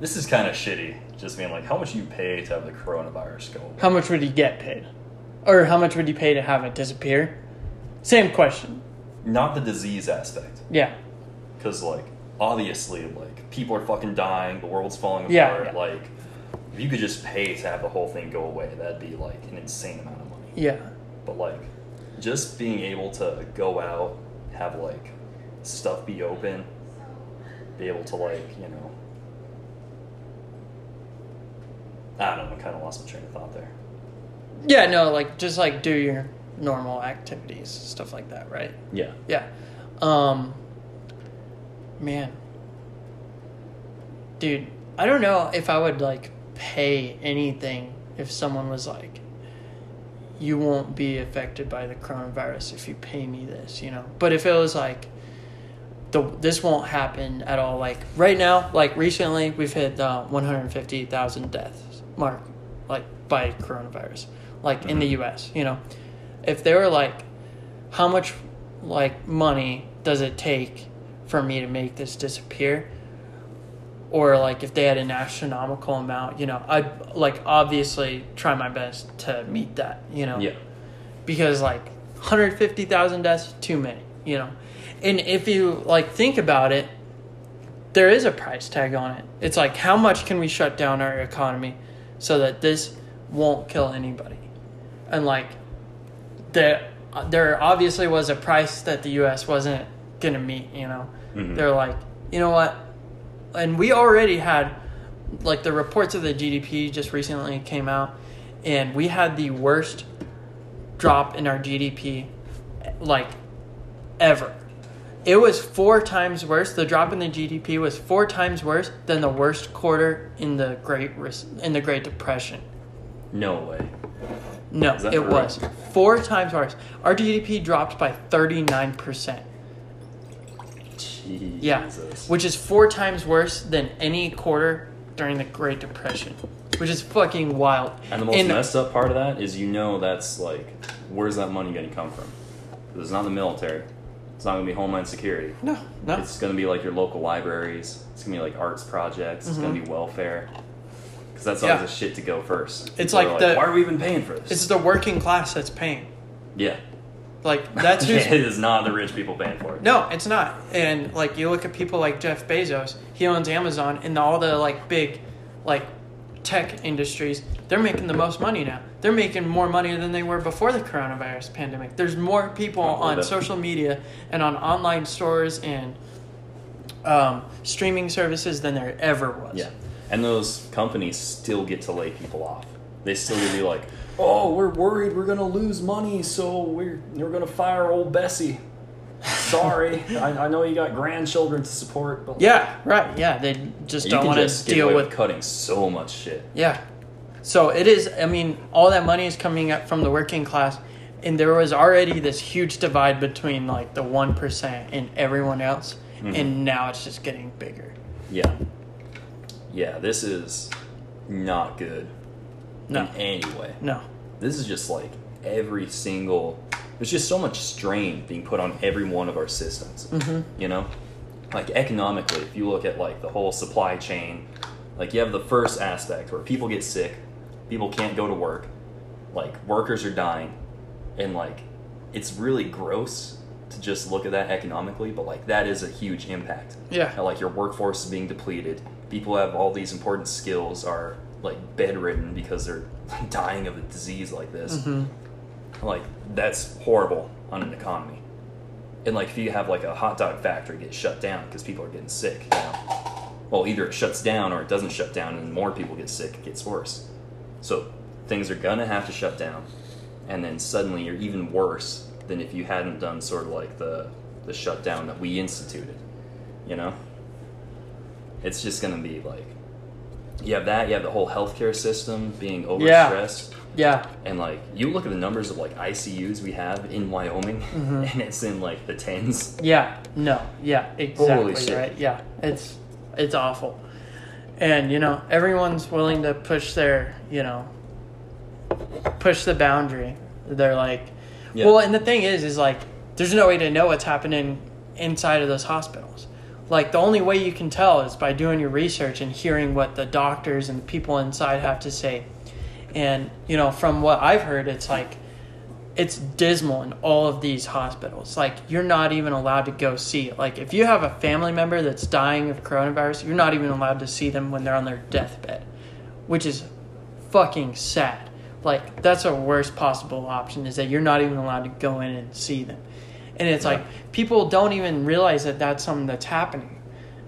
B: This is kind of shitty. Just being like, how much you pay to have the coronavirus go? away?
C: How much would you get paid? Or how much would you pay to have it disappear? Same question.
B: Not the disease aspect,
C: Yeah.
B: because like obviously, like people are fucking dying, the world's falling apart.
C: Yeah, yeah.
B: Like, if you could just pay to have the whole thing go away, that'd be like an insane amount of money.
C: Yeah.
B: But like, just being able to go out, have like stuff be open, be able to like you know, I don't know. Kind of lost my train of thought there.
C: Yeah, no, like just like do your normal activities, stuff like that, right?
B: Yeah.
C: Yeah. Um man. Dude, I don't know if I would like pay anything if someone was like you won't be affected by the coronavirus if you pay me this, you know. But if it was like the this won't happen at all like right now, like recently we've hit the 150,000 deaths mark like by coronavirus like in the US, you know. If they were like how much like money does it take for me to make this disappear or like if they had an astronomical amount you know i'd like obviously try my best to meet that you know because like 150,000 deaths too many, you know. And if you like think about it, there is a price tag on it. It's like how much can we shut down our economy so that this won't kill anybody? And like there there obviously was a price that the US wasn't going to meet, you know. They're like, "You know what? and we already had like the reports of the GDP just recently came out, and we had the worst drop in our GDP like ever. It was four times worse. The drop in the GDP was four times worse than the worst quarter in the Great Rec- in the Great Depression.
B: No way.
C: No,
B: Is that
C: it
B: for real?
C: was four times worse. Our GDP dropped by thirty nine percent.
B: Jesus.
C: Yeah, which is four times worse than any quarter during the Great Depression, which is fucking wild.
B: and the most messed up part of that is you know that's like, where's that money gonna come from? 'Cause it's not the military. It's not gonna be Homeland Security.
C: no, no,
B: It's gonna be like your local libraries. It's gonna be like arts projects. It's gonna be welfare. Because that's always
C: Mm-hmm. Yeah.
B: the shit to go first.
C: It's
B: People are
C: like the-
B: why are we even paying for this?
C: it's the working class that's paying.
B: yeah,
C: Like that's who's
B: it is not the rich people paying for it.
C: no, it's not. And like you look at people like Jeff Bezos, he owns Amazon, and all the like big, like tech industries, they're making the most money now. They're making more money than they were before the coronavirus pandemic. There's more people
B: Oh,
C: on
B: that-
C: social media and on online stores and um, streaming services than there ever was.
B: Yeah, and those companies still get to lay people off. They still get to be like, oh, we're worried we're gonna lose money, so we're we're gonna fire old Bessie. Sorry, I, I know you got grandchildren to support, but
C: Yeah, right. Yeah, they just
B: you
C: don't
B: can
C: want to
B: just get
C: deal
B: away
C: with.
B: cutting so much shit.
C: Yeah. So it is, I mean, all that money is coming up from the working class, and there was already this huge divide between like the 1% and everyone else,
B: Mm-hmm.
C: and now it's just getting bigger.
B: Yeah. Yeah, this is not good
C: No.
B: in any way.
C: No.
B: This is just like every single. There's just so much strain being put on every one of our systems.
C: Mm-hmm.
B: You know? Like economically, if you look at like the whole supply chain, like you have the first aspect where people get sick, people can't go to work, like workers are dying, and like it's really gross to just look at that economically, but like that is a huge impact
C: Yeah.
B: how, like your workforce is being depleted. People who have all these important skills are like bedridden because they're dying of a disease like this. Like that's horrible on an economy. And like if you have like a hot dog factory get shut down because people are getting sick, you know? well either it shuts down or it doesn't shut down, and more people get sick, it gets worse. So things are gonna have to shut down, and then suddenly you're even worse than if you hadn't done sort of like the the shutdown that we instituted. You know, it's just gonna be like you have that, you have the whole healthcare system being
C: Yeah.
B: overstressed,
C: Yeah.
B: and like you look at the numbers of like ICUs we have in Wyoming, and it's in like the tens.
C: Yeah. No. Yeah.
B: Holy
C: Exactly.
B: shit.
C: Right. Yeah. It's it's awful, and you know everyone's willing to push their you know push the boundary. They're like,
B: Yeah.
C: well, and the thing is, is like, there's no way to know what's happening inside of those hospitals. Like the only way you can tell is by doing your research and hearing what the doctors and people inside have to say. And you know, from what I've heard, it's like it's dismal in all of these hospitals. Like you're not even allowed to go see. Like if you have a family member that's dying of coronavirus, you're not even allowed to see them when they're on their deathbed, which is fucking sad. Like that's a worst possible option is that you're not even allowed to go in and see them. And it's like people don't even realize that that's something that's happening.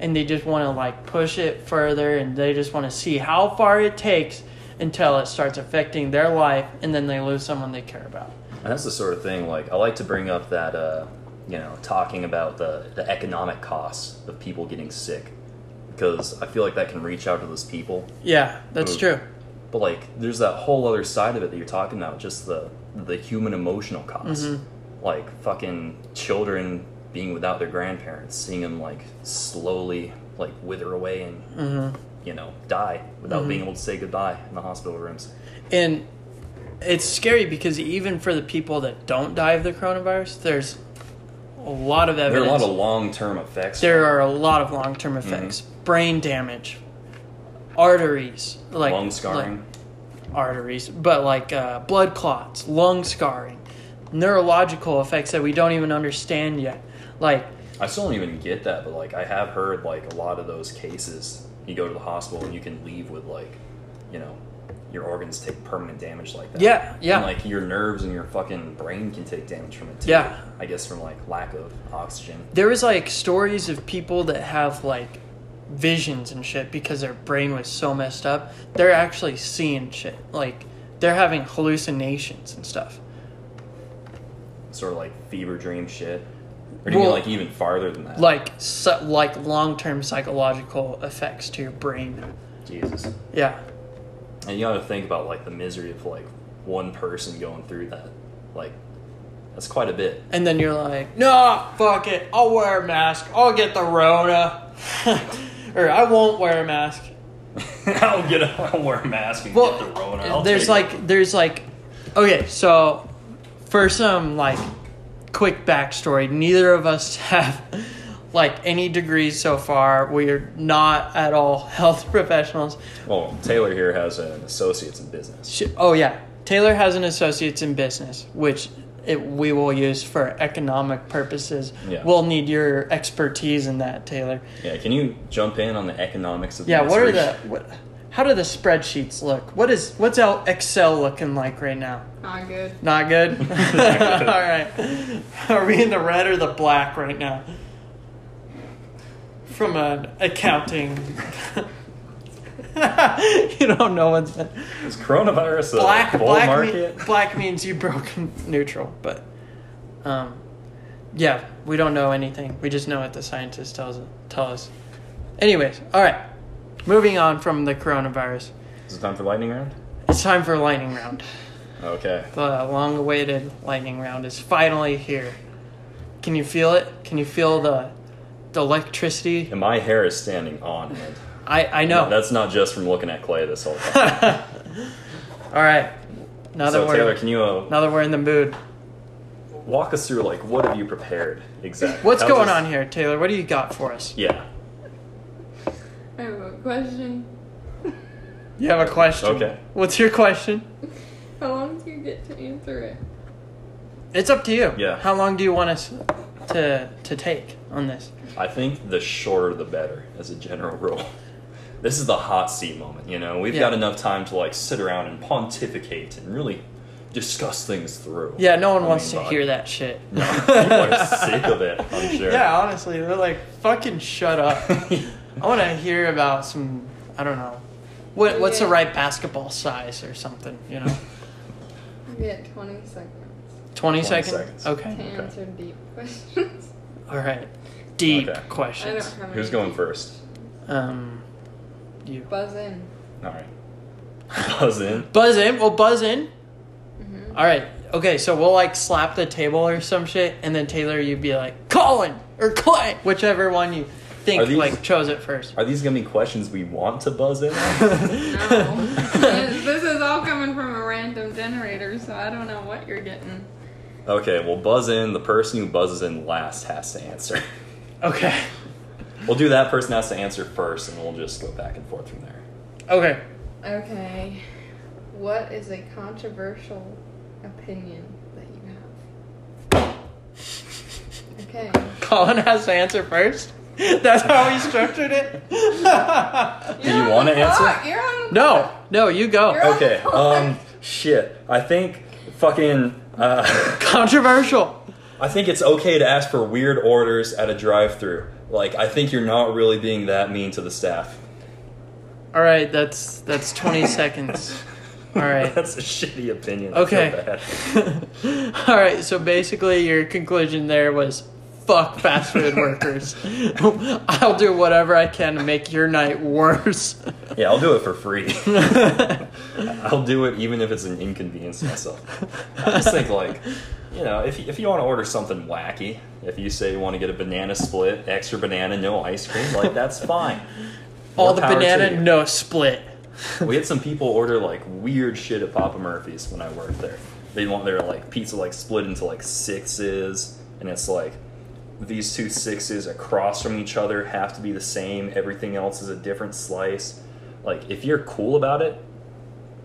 C: And they just want to like push it further and they just want to see how far it takes until it starts affecting their life and then they lose someone they care about.
B: And that's the sort of thing like I like to bring up that uh, you know talking about the the economic costs of people getting sick because I feel like that can reach out to those people.
C: Yeah, that's
B: Mm.
C: true.
B: But like there's that whole other side of it that you're talking about, just the the human emotional cost.
C: Mm-hmm.
B: Like fucking children being without their grandparents, seeing them like slowly like wither away and
C: Mm-hmm.
B: you know die without being able to say goodbye in the hospital rooms.
C: And it's scary because even for the people that don't die of the coronavirus, there's a lot of
B: There are
C: evidence.
B: a lot of long term effects.
C: there are a lot of
B: Mm-hmm.
C: long term effects brain damage, arteries, like
B: lung scarring.
C: like- arteries, but like uh, blood clots, lung scarring, neurological effects that we don't even understand yet. Like,
B: I still don't even get that, but like I have heard like a lot of those cases, you go to the hospital and you can leave with like, you know, your organs take permanent damage like that.
C: Yeah, yeah.
B: And like your nerves and your fucking brain can take damage from it too.
C: Yeah.
B: I guess from like lack of oxygen.
C: there was like stories of people that have like visions and shit because their brain was so messed up. They're actually seeing shit. Like they're having hallucinations and stuff.
B: Sort of like fever dream shit. Or do you mean
C: Well-
B: like even farther than that?
C: Like so, like long-term psychological effects to your brain.
B: Jesus.
C: Yeah.
B: And you gotta think about like the misery of like one person going through that. Like that's quite a bit.
C: And then you're like, no, fuck it. I'll wear a mask. I'll get the Rona. or I won't wear a mask.
B: I'll get a I'll wear a mask and
C: Well,
B: get the Rona. I'll
C: there's
B: take it.
C: like, there's like, okay, so for some like quick backstory, neither of us have like any degrees so far. We are not at all health professionals.
B: Well, Taylor here has an associate's in business.
C: Sh- Oh yeah, Taylor has an associate's in business, which it, we will use for economic purposes.
B: Yeah.
C: We'll need your expertise in that, Taylor.
B: Yeah, can you jump in on the economics of
C: Yeah. What are the
B: business?
C: what? How do the spreadsheets look? What is what's El- Excel looking like right now?
A: Not good.
C: Not good. All right. Are we in the red or the black right now? From an accounting. you don't know what's
B: Is coronavirus a
C: black
B: bull
C: black
B: market?
C: mean- black means you broke n- neutral but um yeah we don't know anything we just know what the scientists tells tell us anyways all right moving on from the coronavirus
B: Is it time for lightning round?
C: it's time for lightning round
B: Okay.
C: the long-awaited lightning round is finally here can you feel it can you feel the the electricity
B: And my hair is standing on end.
C: i i know
B: That's not just from looking at Clay this whole time.
C: all right now
B: so
C: that we're
B: Taylor, can you uh,
C: now that we're in the mood
B: walk us through like what have you prepared exactly?
C: what's
B: How
C: going
B: does-
C: on here taylor what do you got for us
B: Yeah.
A: I have a question.
C: You have a question.
B: Okay.
C: What's your question?
A: How long do you get to answer it?
C: It's up to you.
B: Yeah.
C: How long do you want us to to take on this?
B: I think the shorter the better, as a general rule. This is the hot seat moment, you know. We've
C: Yeah.
B: got enough time to like sit around and pontificate and really discuss things through.
C: Yeah, no one
B: I
C: wants
B: mean,
C: to
B: like-
C: hear that shit.
B: No, people are sick of it. I'm sure.
C: Yeah, honestly, they're like, fucking shut up. I want to hear about some, I don't know, what what's the
A: Okay.
C: right basketball size or something, you know?
A: You get 20 seconds
B: 20
C: 20, seconds?
B: seconds.
A: to
C: Okay.
A: answer deep questions.
C: All right. Deep
B: Okay.
A: I don't
C: questions.
A: have any.
B: Who's going first?
C: Um, you.
A: Buzz in.
B: All right. Buzz in.
C: Buzz in. We'll buzz in.
A: Mm-hmm.
C: All right. Okay. So we'll like slap the table or some shit, and then Taylor, you'd be like Colin or Clay, whichever one you think
B: Are these-
C: like chose it first.
B: Are these gonna be questions we want to buzz in?
A: No. this is all coming from a random generator, so I don't know what you're getting.
B: Okay, well, buzz in. The person who buzzes in last has to answer.
C: Okay.
B: we'll do that person has to answer first, and we'll just go back and forth from there.
C: Okay.
A: Okay. What is a controversial opinion that you have? Okay.
C: Colin has to answer first. That's how he structured it.
B: Do you want to answer?
A: You're on
C: no, no, you go.
A: You're-
B: Okay. Um. Shit. I think fucking. Uh,
C: Controversial.
B: I think it's okay to ask for weird orders at a drive-through. Like, I think you're not really being that mean to the staff.
C: All right, that's that's 20 seconds. All right.
B: That's a shitty opinion. I feel
C: Okay.
B: bad.
C: All right. So basically, your conclusion there was fuck fast food workers. I'll do whatever I can to make your night worse.
B: Yeah, I'll do it for free. I'll do it even if it's an inconvenience to myself. I just think like, you know, if if you want to order something wacky, if you say you want to get a banana split, extra banana, no ice cream, like that's fine.
C: All
B: More
C: the
B: power to
C: banana,
B: you.
C: no split.
B: We had some people order like weird shit at Papa Murphy's when I worked there. They want their like pizza like split into like sixes, and it's like these two sixes across from each other have to be the same. Everything else is a different slice. Like if you're cool about it,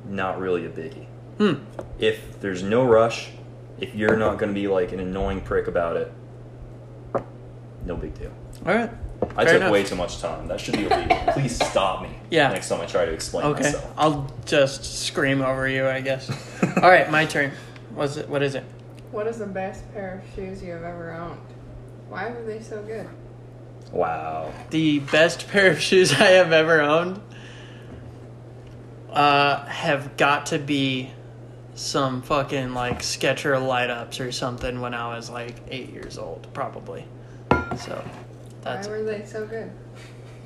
B: not really a biggie.
C: Hmm.
B: If there's no rush, if you're not going to be like an annoying prick about it, no big deal.
C: All right.
B: I
C: Fair
B: took
C: enough.
B: way too much time. That should be illegal. Please stop me.
C: Yeah.
B: Next time I try to explain
C: Okay.
B: myself.
C: I'll just scream over you, I guess. All right, my turn. Was it? What is it?
A: What is the best pair of shoes you have ever owned? Why were they so good?
B: Wow.
C: The best pair of shoes I have ever owned uh, have got to be some fucking like Sketcher light ups or something when I was like eight years old, probably. So that's
A: Why were they so good?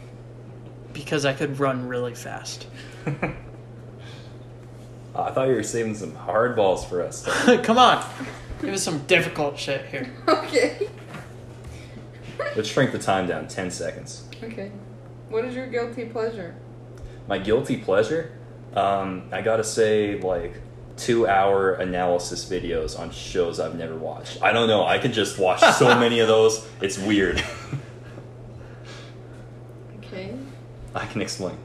C: because I could run really fast.
B: Uh, I thought you were saving some hard balls for us.
C: Come on, give us some difficult shit here.
A: Okay.
B: Let's shrink the time down 10 seconds.
A: Okay. What is your guilty pleasure?
B: My guilty pleasure? Um, I gotta say, like, two hour analysis videos on shows I've never watched. I don't know. I could just watch so many of those. It's weird.
A: Okay.
B: I can explain.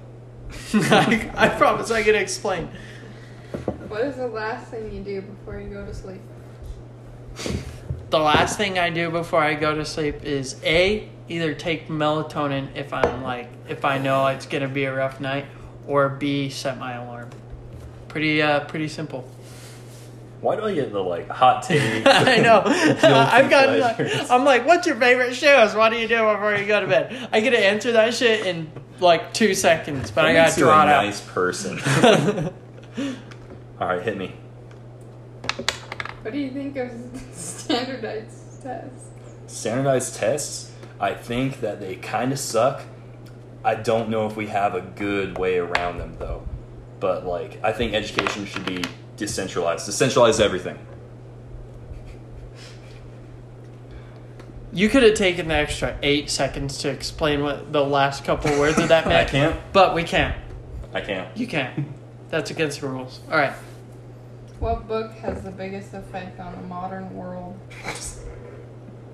C: I, I promise I can explain.
A: What is the last thing you do before you go to sleep?
C: The last thing I do before I go to sleep is A, either take melatonin if I'm like, if I know it's gonna be a rough night, or B, set my alarm. Pretty, uh, pretty simple.
B: Why do I get the, like, hot takes?
C: I know.
B: Guilty
C: I've gotten, uh,
B: pleasures?
C: like, I'm like, what's your favorite shoes? What do you do before you go to bed? I get to answer that shit in like two seconds, but
B: That
C: I gotta
B: makes you
C: draw
B: a
C: it
B: nice person.
C: out.
B: Alright, hit me.
A: What do you think of standardized tests?
B: standardized tests, I think that they kind of suck. I don't know if we have a good way around them though. But like, I think education should be decentralized. Decentralize everything.
C: You could have taken the extra eight seconds to explain what the last couple words of that
B: I
C: meant.
B: can't.
C: But we can't.
B: I can't.
C: You can't. That's against the rules. All right.
A: What book has the biggest effect on the modern world?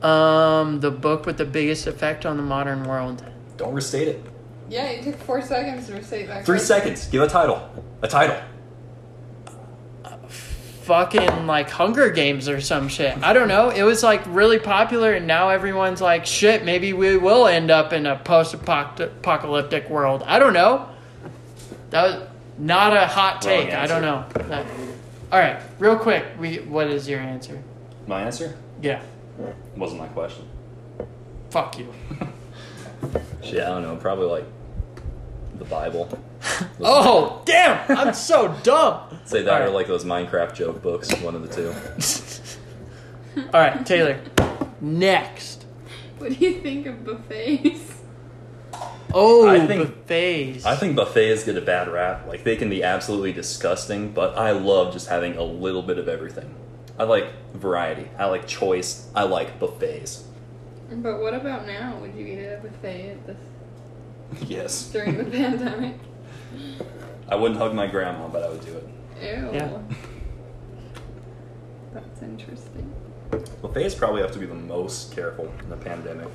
C: Um, the book with the biggest effect on the modern world.
B: Don't restate it.
A: Yeah, you took four seconds to recite that.
B: Three
A: question.
B: seconds. Give a title. A title.
C: Fucking like Hunger Games or some shit. I don't know. It was like really popular, and now everyone's like, shit. Maybe we will end up in a post-apocalyptic world. I don't know. That was not a hot
B: Wrong
C: take. I don't know.
B: answer.
C: That- all right, real quick. We what is your answer?
B: My answer
C: Yeah.
B: wasn't my question.
C: Fuck you.
B: Shit, I don't know. Probably like the Bible.
C: Oh, damn! I'm so dumb.
B: Say that or
C: Alright.
B: like those Minecraft joke books. One of the two.
C: All right, Taylor. Next.
A: What do you think of buffets?
C: Oh,
B: I think-
C: buffets.
B: I think buffets get a bad rap. Like they can be absolutely disgusting, but I love just having a little bit of everything. I like variety. I like choice. I like buffets.
A: But what about now? Would you eat at a buffet at this
B: Yes.
A: during the pandemic?
B: I wouldn't hug my grandma, but I would do it.
A: Ew.
C: Yeah.
A: That's interesting.
B: Buffets probably have to be the most careful in the pandemic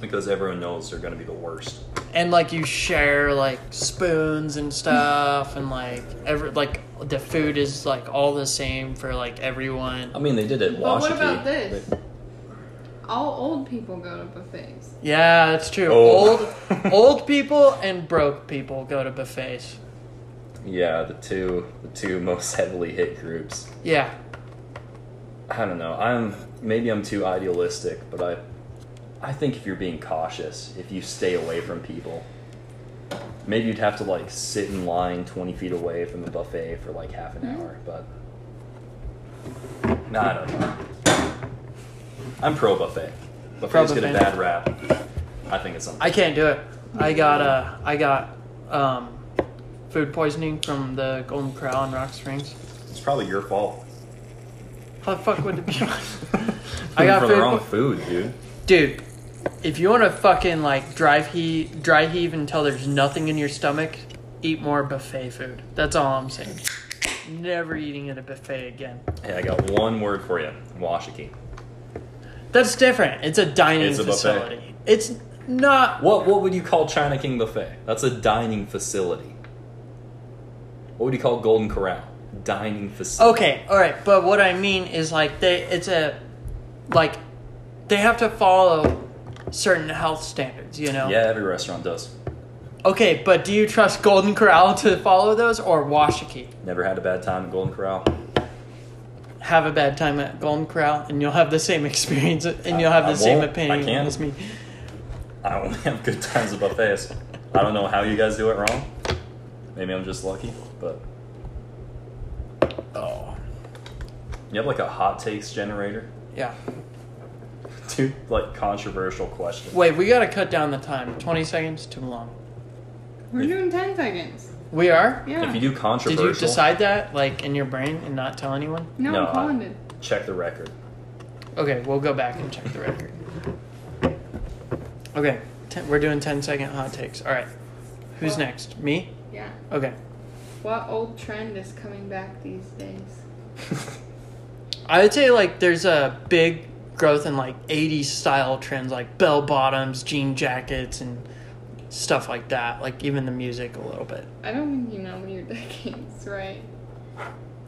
B: because everyone knows they're going to be the worst.
C: and like you share like spoons and stuff and like every like the food is like all the same for like
B: I
C: everyone
B: mean, they did it.
A: But what about this? All old people go to buffets.
C: yeah that's true
B: Oh.
C: old old people and broke people go to buffets
B: yeah, the two the two most heavily hit groups.
C: yeah
B: I don't know. I'm maybe I'm too idealistic, but I I think if you're being cautious, if you stay away from people, maybe you'd have to like sit in line 20 feet away from the buffet for like half
C: Mm-hmm.
B: an hour, but nah, I don't know. I'm pro buffet. Buffets get a
C: buffet.
B: bad rap. I think it's something.
C: i can't do it i got uh i got um food poisoning from the golden corral in rock springs
B: It's probably your fault.
C: how the fuck would it be
B: I
C: I
B: got
C: got
B: for the
C: food
B: wrong
C: po-
B: food, dude.
C: Dude, if you want to fucking like drive heave, dry heave until there's nothing in your stomach, eat more buffet food. That's all I'm saying. Never eating at a buffet again.
B: Hey, I got one word for you. Washakie.
C: That's different. It's a dining
B: It's a buffet.
C: facility. It's not.
B: What what would you call China King Buffet? That's a dining facility. What would you call Golden Corral? Dining facility.
C: Okay, all right, but what I mean is like they it's a like they have to follow certain health standards, you know.
B: Yeah, every restaurant does.
C: Okay, but do you trust Golden Corral to follow those or Washakie?
B: Never had a bad time at Golden Corral.
C: have a bad time at Golden Corral, and you'll have the same experience, and you'll have
B: I-
C: the
B: I
C: same
B: won't.
C: opinion
B: I can't.
C: as me.
B: I only have good times at buffets. I don't know how you guys do it wrong. Maybe I'm just lucky, but oh, you have like a hot takes generator.
C: Yeah.
B: Two like controversial questions.
C: Wait, we gotta cut down the time. Twenty seconds too long.
A: We're
B: If-
A: doing 10 seconds.
C: We are.
A: Yeah.
B: If you do
C: Did
B: controversial,
C: you decide that like in your brain and not tell anyone?
A: no,
B: No, I-
A: I'm calling it.
B: check the record.
C: Okay, we'll go back and check the record. Okay, ten, we're doing 10 second hot takes. All right, who's next? Me.
A: Yeah.
C: Okay,
A: What old trend is coming back these days?
C: I would say like there's a big growth in like 80s style trends like bell bottoms, jean jackets, and stuff like that. Like even the music a little bit.
A: I don't think you know your decades, right?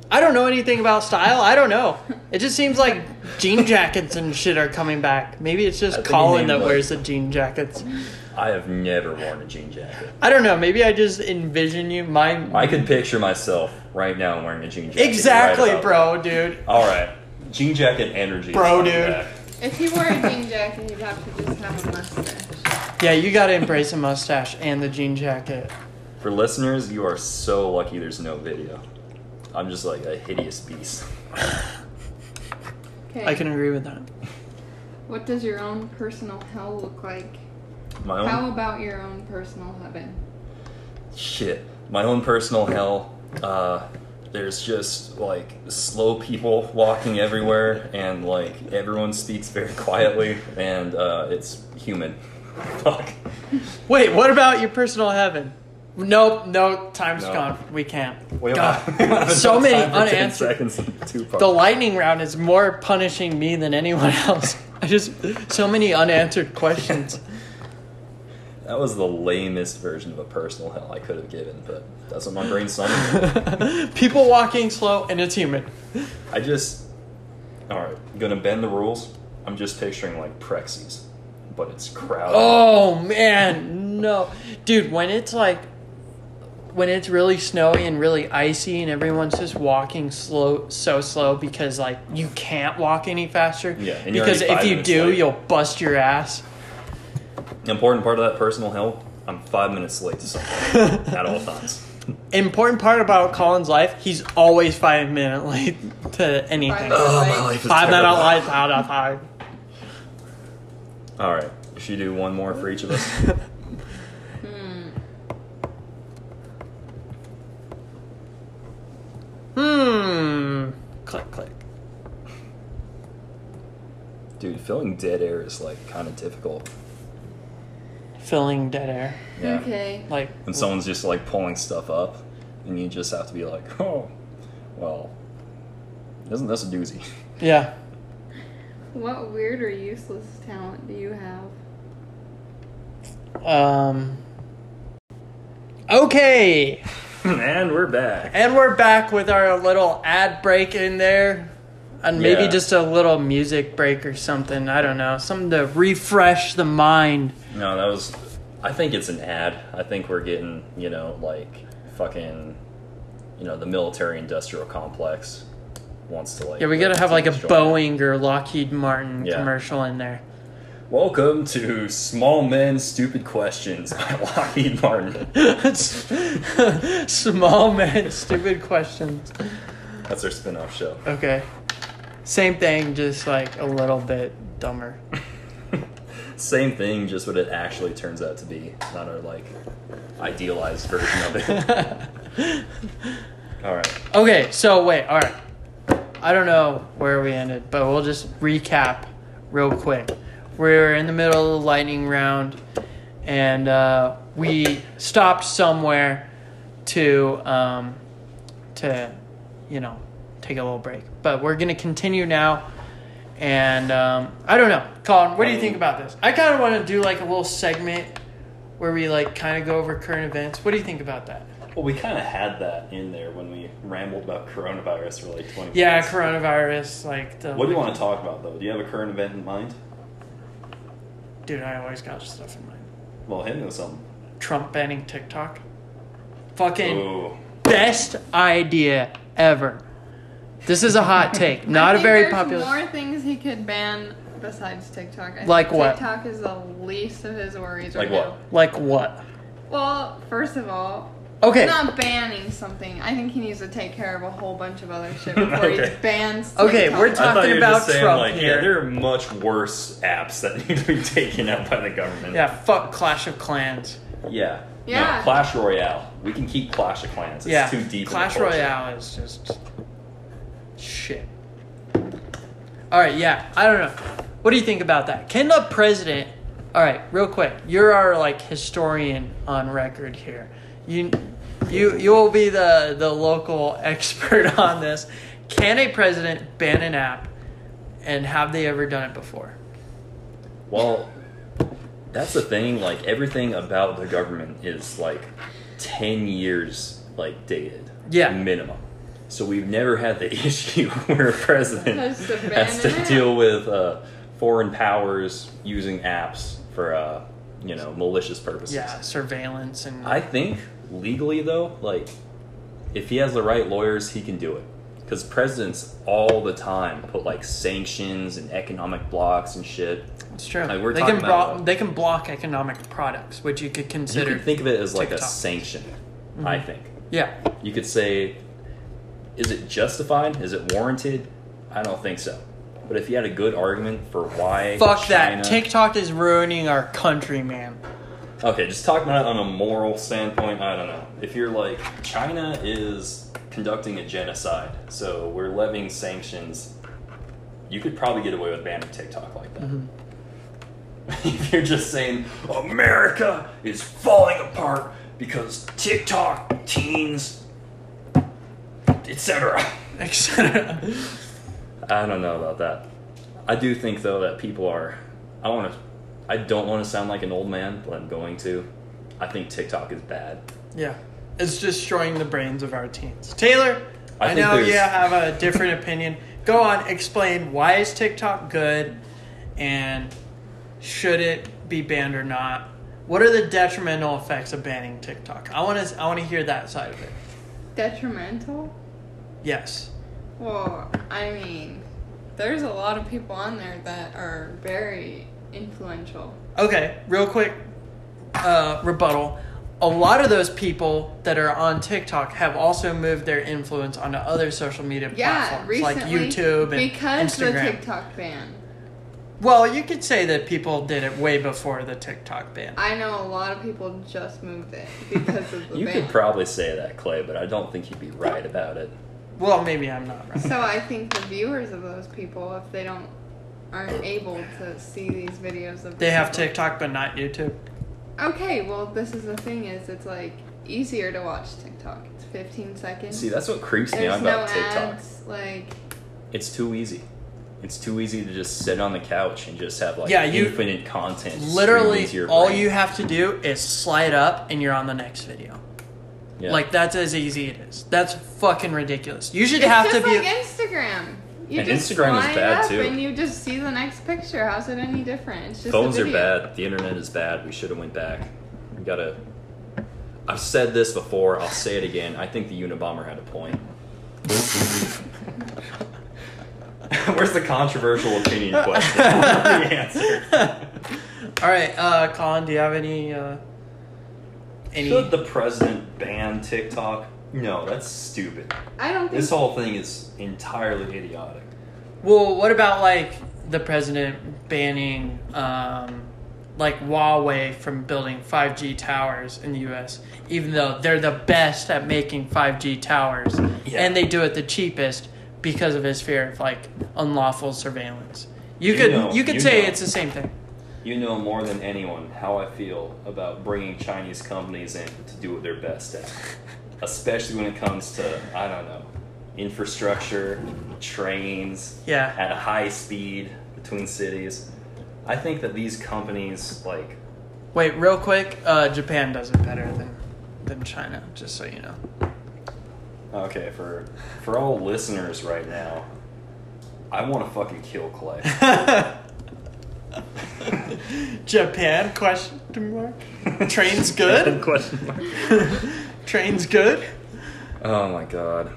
C: I don't know anything about style. I don't know. It just seems like jean jackets and shit are coming back. Maybe it's
B: I
C: just
B: think
C: Colin
B: you
C: that
B: mean, like-
C: wears the jean jackets.
B: I have never worn a jean jacket.
C: I don't know. Maybe I just envision you. My
B: I could picture myself right now wearing a jean jacket. You're
C: exactly,
B: right about
C: bro, dude.
B: that. All right, jean jacket energy,
C: Bro,
B: Coming
C: dude.
B: back.
A: If he wore a jean jacket, he'd have to just have a mustache.
C: Yeah, you gotta embrace a mustache and the jean jacket.
B: For listeners, you are so lucky. There's no video. I'm just like a hideous beast.
A: Okay.
C: I can agree with that.
A: What does your own personal hell look like?
B: My own
A: How about your own personal heaven?
B: shit. My own personal hell. Uh, there's just like slow people walking everywhere, and like everyone speaks very quietly, and uh, it's humid. Fuck.
C: Wait, what about your personal heaven? Nope, no, time's
B: No.
C: gone. We can't.
B: We
C: God.
B: have- we have
C: so
B: enough
C: many
B: time for 10
C: unanswered.
B: seconds. Too far.
C: The lightning round is more punishing me than anyone else. I just so many unanswered questions.
B: That was the lamest version of a personal hell I could have given, but that's what my brain summoned.
C: People walking slow and it's humid.
B: I just, all right, gonna bend the rules. I'm just picturing like Prexies, but it's crowded.
C: Oh man, no, dude. When it's like, when it's really snowy and really icy, and everyone's just walking slow, so slow because like you can't walk any faster.
B: Yeah, and you're
C: because
B: already
C: if
B: five
C: you
B: minutes
C: do,
B: late.
C: you'll bust your ass.
B: The important part of that personal hell. I'm five minutes late to something at all times.
C: Important part about Colin's life, he's always five minutes late to anything.
A: Five- Oh, my
B: life
C: Five minute late out of five.
B: All right, if you do one more for each of us,
C: Hmm. Click click.
B: dude, filling dead air is like kind of difficult.
C: Filling dead air.
B: Yeah.
A: Okay.
C: Like
B: And someone's just like pulling stuff up, and you just have to be like, oh, well, Isn't this a doozy?
C: Yeah.
A: What weird or useless talent do you have?
C: Um. Okay,
B: and we're back.
C: and we're back with our little ad break in there, and maybe
B: Yeah.
C: just a little music break or something. I don't know, something to refresh the mind.
B: No, that was. I think it's an ad. I think we're getting, you know, like fucking, you know, the military industrial complex wants to like.
C: Yeah, we gotta have like a
B: destroy it.
C: Boeing or Lockheed Martin
B: Yeah.
C: commercial in there.
B: Welcome to Small Men Stupid Questions by Lockheed Martin.
C: Small man, stupid questions.
B: That's our spin off show.
C: Okay, same thing, just like a little bit dumber.
B: Same thing, just what it actually turns out to be, not our like idealized version of it. All right.
C: Okay, so wait, all right. I don't know where we ended, but we'll just recap real quick. We're in the middle of the lightning round, and uh, we stopped somewhere to um, to you know take a little break. But we're gonna continue now, and um, I don't know, Colin. What do you think about this? I kind of want to do like a little segment where we like kind of go over current events. What do you think about that?
B: Well, we kind of had that in there when we rambled about coronavirus for like 20
C: Yeah,
B: minutes.
C: coronavirus, like the.
B: What do you want to talk about, though? Do you have a current event in mind?
C: Dude, I always got stuff in mind.
B: Well, hit me with something.
C: Trump banning TikTok. Fucking
B: Ooh.
C: best idea ever. This is a hot take,
A: I
C: not a
A: think
C: very
A: there's
C: popular.
A: More things he could ban besides TikTok. I
C: Like
A: think
C: what?
A: TikTok is the least of his worries
B: Like
A: right
B: what?
A: now.
C: Like what?
A: Well, first of all,
C: Okay.
A: he's not banning something. I think he needs to take care of a whole bunch of other shit before
B: Okay.
A: he bans.
C: Okay,
A: TikTok.
C: we're talking about Trump here.
B: yeah, there are much worse apps that need to be taken out by the government.
C: Yeah, fuck Clash of Clans.
B: Yeah.
A: Yeah.
B: No, Clash Royale. We can keep Clash of Clans. It's
C: yeah,
B: too deep. in the
C: Clash
B: culture.
C: Royale is just shit. All right, yeah, I don't know. What do you think about that? Can the president? All right, real quick, you're our like historian on record here. You, you, you will be the the local expert on this. Can a president ban an app, and have they ever done it before?
B: Well, that's the thing. Like everything about the government is like ten years like dated.
C: Yeah.
B: Minimum. So we've never had the issue where a president
A: Has to ban
B: has to
A: an app.
B: deal with uh, foreign powers using apps for uh, you know malicious purposes.
C: Yeah, surveillance and
B: I think legally though, like if he has the right lawyers, he can do it. Because presidents all the time put like sanctions and economic blocks and shit.
C: it's true.
B: like, we're
C: they
B: talking
C: can blo-
B: about-
C: they can block economic products, which you could
B: You
C: consider.
B: could think of it as like a
C: TikTok.
B: sanction. I think
C: yeah,
B: you could say, is it justified? Is it warranted? I don't think so. But if you had a good argument for why,
C: Fuck
B: China-
C: that. TikTok is ruining our country, man.
B: Okay, just talking about it on a moral standpoint, I don't know. If you're like, China is conducting a genocide, so we're levying sanctions, you could probably get away with banning TikTok like that. if you're just saying, America is falling apart because TikTok, teens, etc.
C: Etc.
B: I don't know about that. I do think though that people are. I want to. I don't want to sound like an old man, but I'm going to. I think TikTok is bad.
C: yeah. It's destroying the brains of our teens. Taylor,
B: I
C: I,
B: think
C: know you
B: there's-
C: have a different opinion. Go on, explain why is TikTok good and should it be banned or not? What are the detrimental effects of banning TikTok? I want to I want to hear that side of it.
A: detrimental.
C: Yes.
A: Well, I mean, there's a lot of people on there that are very influential.
C: Okay, real quick uh, rebuttal. A lot of those people that are on TikTok have also moved their influence onto other social media
A: Yeah,
C: platforms
A: recently,
C: like YouTube and
A: because
C: Instagram.
A: the TikTok ban.
C: Well, you could say that people did it way before the TikTok ban.
A: I know a lot of people just moved it because of the
B: You
A: ban.
B: could probably say that, Clay, but I don't think you'd be right about it.
C: Well, maybe I'm not right.
A: So I think the viewers of those people, if they don't aren't able to see these videos of
C: They have
A: people-
C: TikTok but not YouTube.
A: Okay, well this is the thing is it's like easier to watch TikTok. It's 15 seconds.
B: See, that's what creeps me
A: There's
B: out
A: no
B: about TikTok.
A: ads. Like
B: it's too easy. It's too easy to just sit on the couch and just have like
C: Yeah, you-
B: infinite content. streamed
C: Literally,
B: into your
C: all
B: brain.
C: you have to do is slide up, and you're on the next video.
B: Yeah.
C: Like that's as easy it is. That's fucking ridiculous. You should
A: It's
C: have
A: just
C: to be.
A: like Instagram. You
B: And
A: just
B: Instagram is
A: slide
B: bad,
A: up
B: too.
A: And you just see the next picture. How's it any different? It's just a
B: phones are
A: video.
B: bad. The internet is bad. We should have went back. We gotta. I've said this before. I'll say it again. I think the Unabomber had a point. Where's the controversial opinion question? the answer.
C: all right, uh, Colin, do you have any? Uh, any?
B: Should the president ban TikTok? No, that's stupid.
A: I don't think
B: This whole thing is entirely idiotic.
C: Well, what about like the president banning um, like Huawei from building 5G towers in the U.S. Even though they're the best at making 5G towers,
B: Yeah.
C: and they do it the cheapest because of his fear of like unlawful surveillance. You,
B: You
C: could
B: know,
C: you could
B: you
C: say
B: know.
C: it's the same thing.
B: You know more than anyone how I feel about bringing Chinese companies in to do what they're best at, especially when it comes to I don't know infrastructure, trains
C: Yeah.
B: at a high speed between cities. I think that these companies like
C: Wait, real quick. Uh, Japan does it better than than China. Just so you know.
B: okay for for all listeners right now. I want to fucking kill Clay.
C: Japan? Question mark. Train's good.
B: Question mark.
C: Train's good.
B: Oh my god.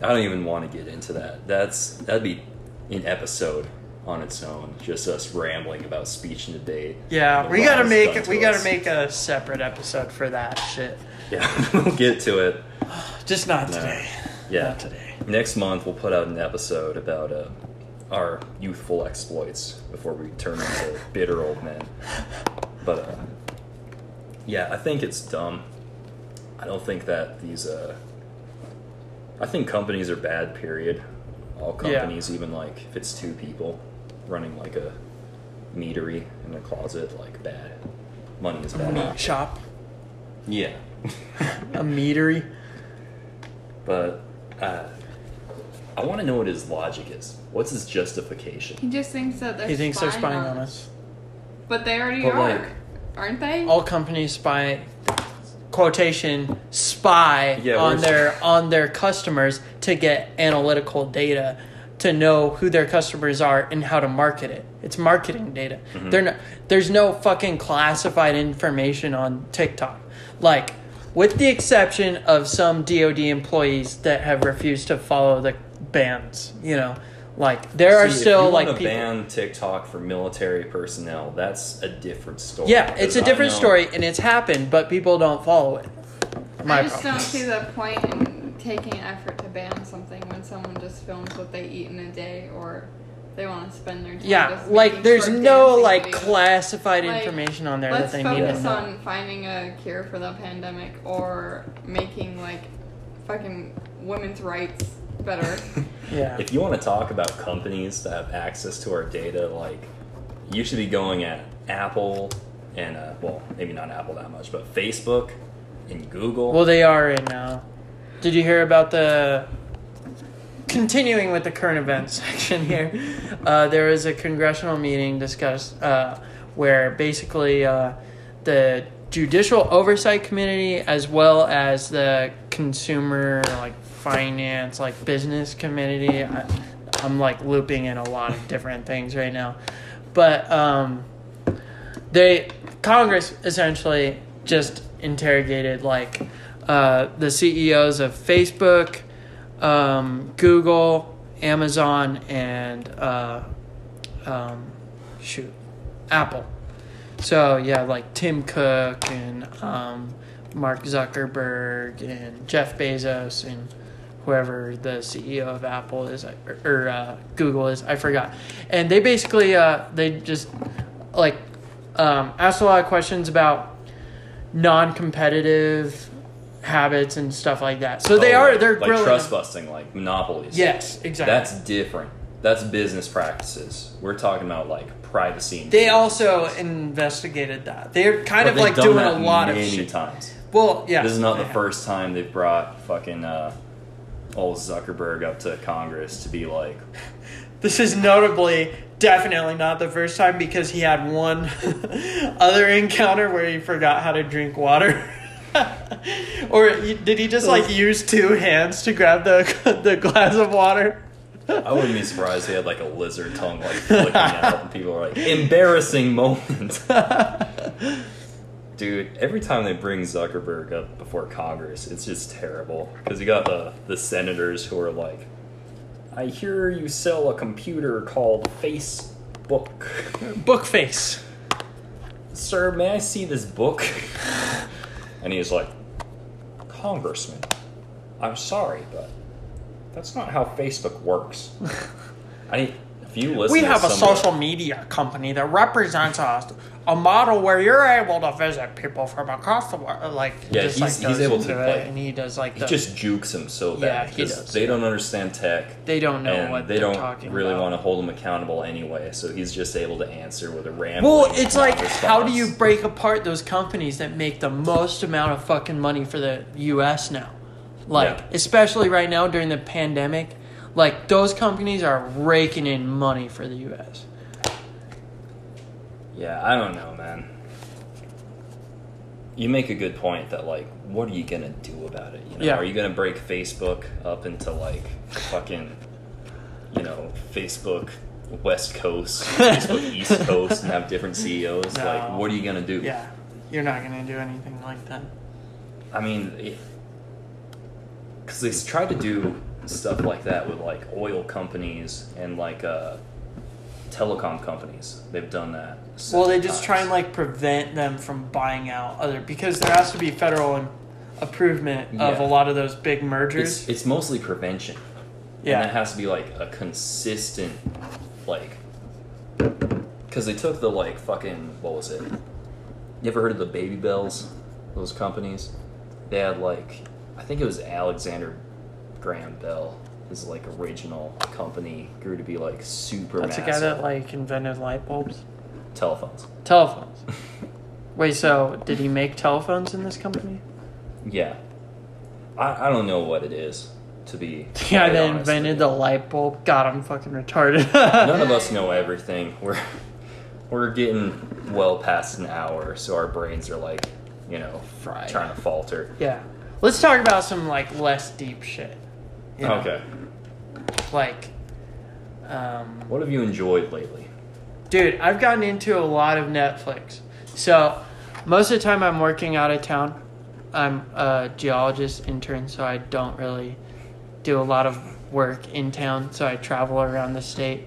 B: I don't even want to get into that. That's that'd be an episode on its own. Just us rambling about speech and debate.
C: Yeah,
B: And the
C: we gotta
B: wrongs
C: make
B: done to
C: we gotta
B: us.
C: make a separate episode for that shit.
B: Yeah, we'll get to it.
C: Just not
B: No.
C: today.
B: Yeah.
C: Not today.
B: Next month we'll put out an episode about uh, our youthful exploits before we turn into bitter old men. But uh, yeah, I think it's dumb. I don't think that these. Uh, I think companies are bad. Period. All
C: Yeah.
B: companies, even like if it's two people running like a meadery in a closet, like bad. Money is
C: A meat
B: bad.
C: shop,
B: Yeah.
C: a meatery.
B: But uh, I want to know what his logic is. What's his justification?
A: he just thinks that they're.
C: He thinks they're spying on us.
A: But they already
B: But,
A: are,
B: like-
A: aren't they?
C: All companies spy quotation spy
B: Yeah,
C: on
B: we're-
C: their on their customers to get analytical data to know who their customers are and how to market it. It's marketing data.
B: Mm-hmm.
C: They're no, there's no fucking classified information on TikTok. Like with the exception of some DoD employees that have refused to follow the bans, you know, like there are
B: See,
C: still
B: if you
C: like
B: wanna
C: people.
B: ban TikTok for military personnel. That's a different story.
C: yeah, it's
B: Because
C: a
B: I
C: different
B: know-
C: story and it's happened, but people don't follow it. My
A: I just
C: problem.
A: don't see the point in taking effort to ban something when someone just films what they eat in a day or they want to spend their time.
C: Yeah,
A: just
C: like
A: making
C: there's
A: short
C: no
A: dancing
C: like
A: videos.
C: classified
A: Like,
C: information on there that
A: Let's
C: they need to
A: focus
C: know.
A: on finding a cure for the pandemic or making like fucking women's rights better.
C: Yeah.
B: If you want to talk about companies that have access to our data, like you should be going at Apple and uh, well, maybe not Apple that much, but Facebook and Google.
C: Well, they are in now. Did you hear about the? Continuing with the current events section here, uh, there was a congressional meeting discussed uh, where basically uh, the judicial oversight committee, as well as the consumer like finance, like business committee. I, I'm like looping in a lot of different things right now, but. Um, they Congress essentially just interrogated like uh, the CEOs of Facebook, um, Google, Amazon, and uh, um, shoot, Apple. So yeah, like Tim Cook and um, Mark Zuckerberg and Jeff Bezos and whoever the CEO of Apple is I- or, or uh, Google is, I forgot. And they basically uh, they just like um, asked a lot of questions about non-competitive habits and stuff like that. So they
B: Oh,
C: are
B: like-
C: they're
B: like
C: really
B: trust busting, like monopolies.
C: Yes, exactly.
B: That's different. That's business practices. We're talking about like privacy. And
C: they also investigated that. They're kind
B: But
C: of
B: they've
C: like
B: done
C: doing
B: that
C: a lot of
B: many
C: shit.
B: times.
C: Well, yeah.
B: This is not the
C: Yeah.
B: first time they've brought fucking uh, all Zuckerberg up to Congress to be like,
C: This is notably definitely not the first time because he had one other encounter where he forgot how to drink water. or he- did he just like use two hands to grab the the glass of water?
B: I wouldn't be surprised if he had like a lizard tongue like flicking out, and people are like, embarrassing moment. Dude, every time they bring Zuckerberg up before Congress, it's just terrible. Because you got the, the senators who are like, I hear you sell a computer called Facebook.
C: Book face.
B: Sir, may I see this book? and he's like, Congressman, I'm sorry, but that's not how Facebook works. I, if you listen
C: we
B: to
C: have a
B: someone-
C: social media company that represents us. A model where you're able to visit people from across the world, like
B: Yeah,
C: just,
B: he's-
C: like,
B: he's
C: goes
B: able to,
C: into it
B: like-
C: and he does like
B: He
C: the,
B: just jukes him so
C: Yeah,
B: bad
C: he
B: because
C: does.
B: they don't understand tech.
C: they don't know
B: and
C: what
B: they
C: they're
B: don't
C: talking
B: really
C: about.
B: want to hold him accountable anyway, so he's just able to answer with a rambling.
C: Well, it's like
B: response.
C: how do you break apart those companies that make the most amount of fucking money for the US now? Like
B: Yeah.
C: especially right now during the pandemic, like those companies are raking in money for the US.
B: Yeah, I don't know, man. You make a good point that like, what are you gonna do about it? You know,
C: Yeah.
B: are you gonna break Facebook up into like fucking, you know, Facebook West Coast, Facebook East Coast, and have different CEOs? Like,
C: No.
B: what are you gonna do?
C: Yeah. You're not going to do anything like that.
B: I mean, because they s- tried to do stuff like that with like oil companies and like uh, telecom companies. They've done that.
C: Well, they
B: several
C: just
B: times.
C: try and like prevent them from buying out other because there has to be federal im- improvement of
B: Yeah.
C: a lot of those big
B: It's,
C: mergers.
B: it's mostly prevention. And that
C: yeah.
B: has to be like a consistent, like, because they took the like fucking what was it? You ever heard of the Baby Bells? Those companies, they had like, I think it was Alexander Graham Bell, his like original company grew to be like super
C: That's the guy
B: massive
C: that like invented light bulbs.
B: telephones.
C: Telephones. Wait, so did he make telephones in this company?
B: Yeah, I, I don't know what it is to be.
C: The guy
B: quite
C: that
B: honest with
C: invented
B: you.
C: the light bulb. God, I'm fucking retarded.
B: None of us know everything. We're we're getting well past an hour, so our brains are like, you know,
C: Fried.
B: trying to falter.
C: yeah. Let's talk about some like less deep shit. you know?
B: Okay.
C: Like, um,
B: What have you enjoyed lately?
C: dude, I've gotten into a lot of Netflix. So, most of the time I'm working out of town. I'm a geologist intern, so I don't really do a lot of work in town. So I travel around the state,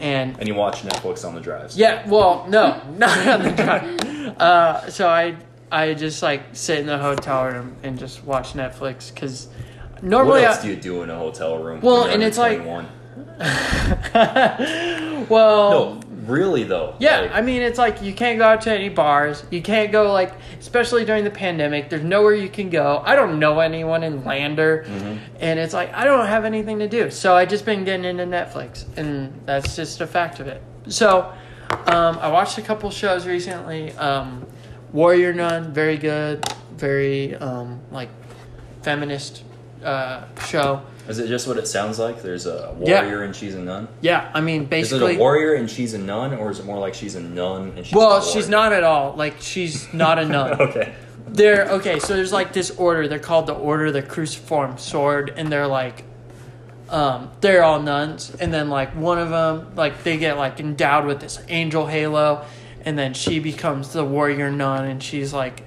C: and
B: And you watch Netflix on the drives.
C: Yeah, well, no, not on the drive. Uh, so I I just like sit in the hotel room and just watch Netflix because
B: What
C: normally
B: else
C: I,
B: do you do in a hotel room?
C: uh, Well,
B: when you're
C: and
B: under
C: it's like-
B: 21?
C: well
B: no, really though.
C: um, yeah
B: like,
C: I mean it's like you can't go out to any bars you can't go like especially during the pandemic there's nowhere you can go I don't know anyone in Lander
B: Mm-hmm.
C: and it's like I don't have anything to do so I just been getting into Netflix and that's just a fact of it so um, I watched a couple shows recently um, Warrior Nun very good very um, like feminist uh, show
B: is it just what it sounds like? There's a
C: Yeah.
B: warrior and she's a nun.
C: yeah I
B: Is
C: mean
B: it a
C: basically
B: warrior and she's a nun, or is it more like she's a nun and she's
C: well
B: a
C: she's
B: warrior?
C: not at all like she's not a nun
B: Okay.
C: They're okay. So there's like this order. They're called the Order of the Cruciform Sword, and they're like, um, they're all nuns. And then like one of them, like they get like endowed with this angel halo, and then she becomes the warrior nun, and she's like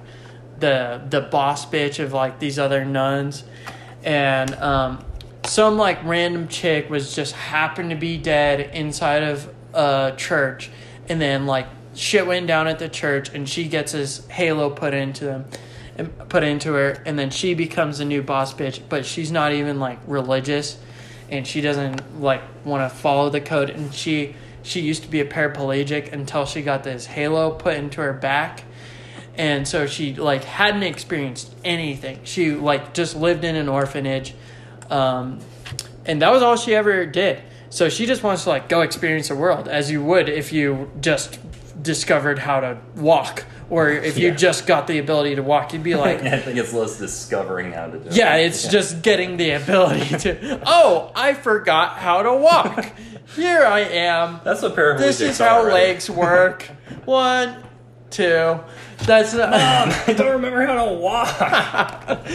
C: the the boss bitch of like these other nuns, and um, some like random chick was just happened to be dead inside of a church, and then like shit went down at the church, and she gets this halo put into them, and put into her, and then she becomes the new boss bitch, but she's not even like religious, and she doesn't like want to follow the code, and she she used to be a paraplegic until she got this halo put into her back and so she like hadn't experienced anything she like just lived in an orphanage um, and that was all she ever did so she just wants to like go experience the world as you would if you just discovered how to walk, or if you
B: Yeah.
C: just got the ability to walk, you'd be like,
B: I think it's less discovering how to do
C: yeah,
B: it.
C: it's just getting the ability to. Oh, I forgot how to walk. Here I am.
B: That's what paraplegics
C: This is
B: are,
C: how
B: right?
C: legs work. One, two. That's
B: Mom, I don't remember how to walk.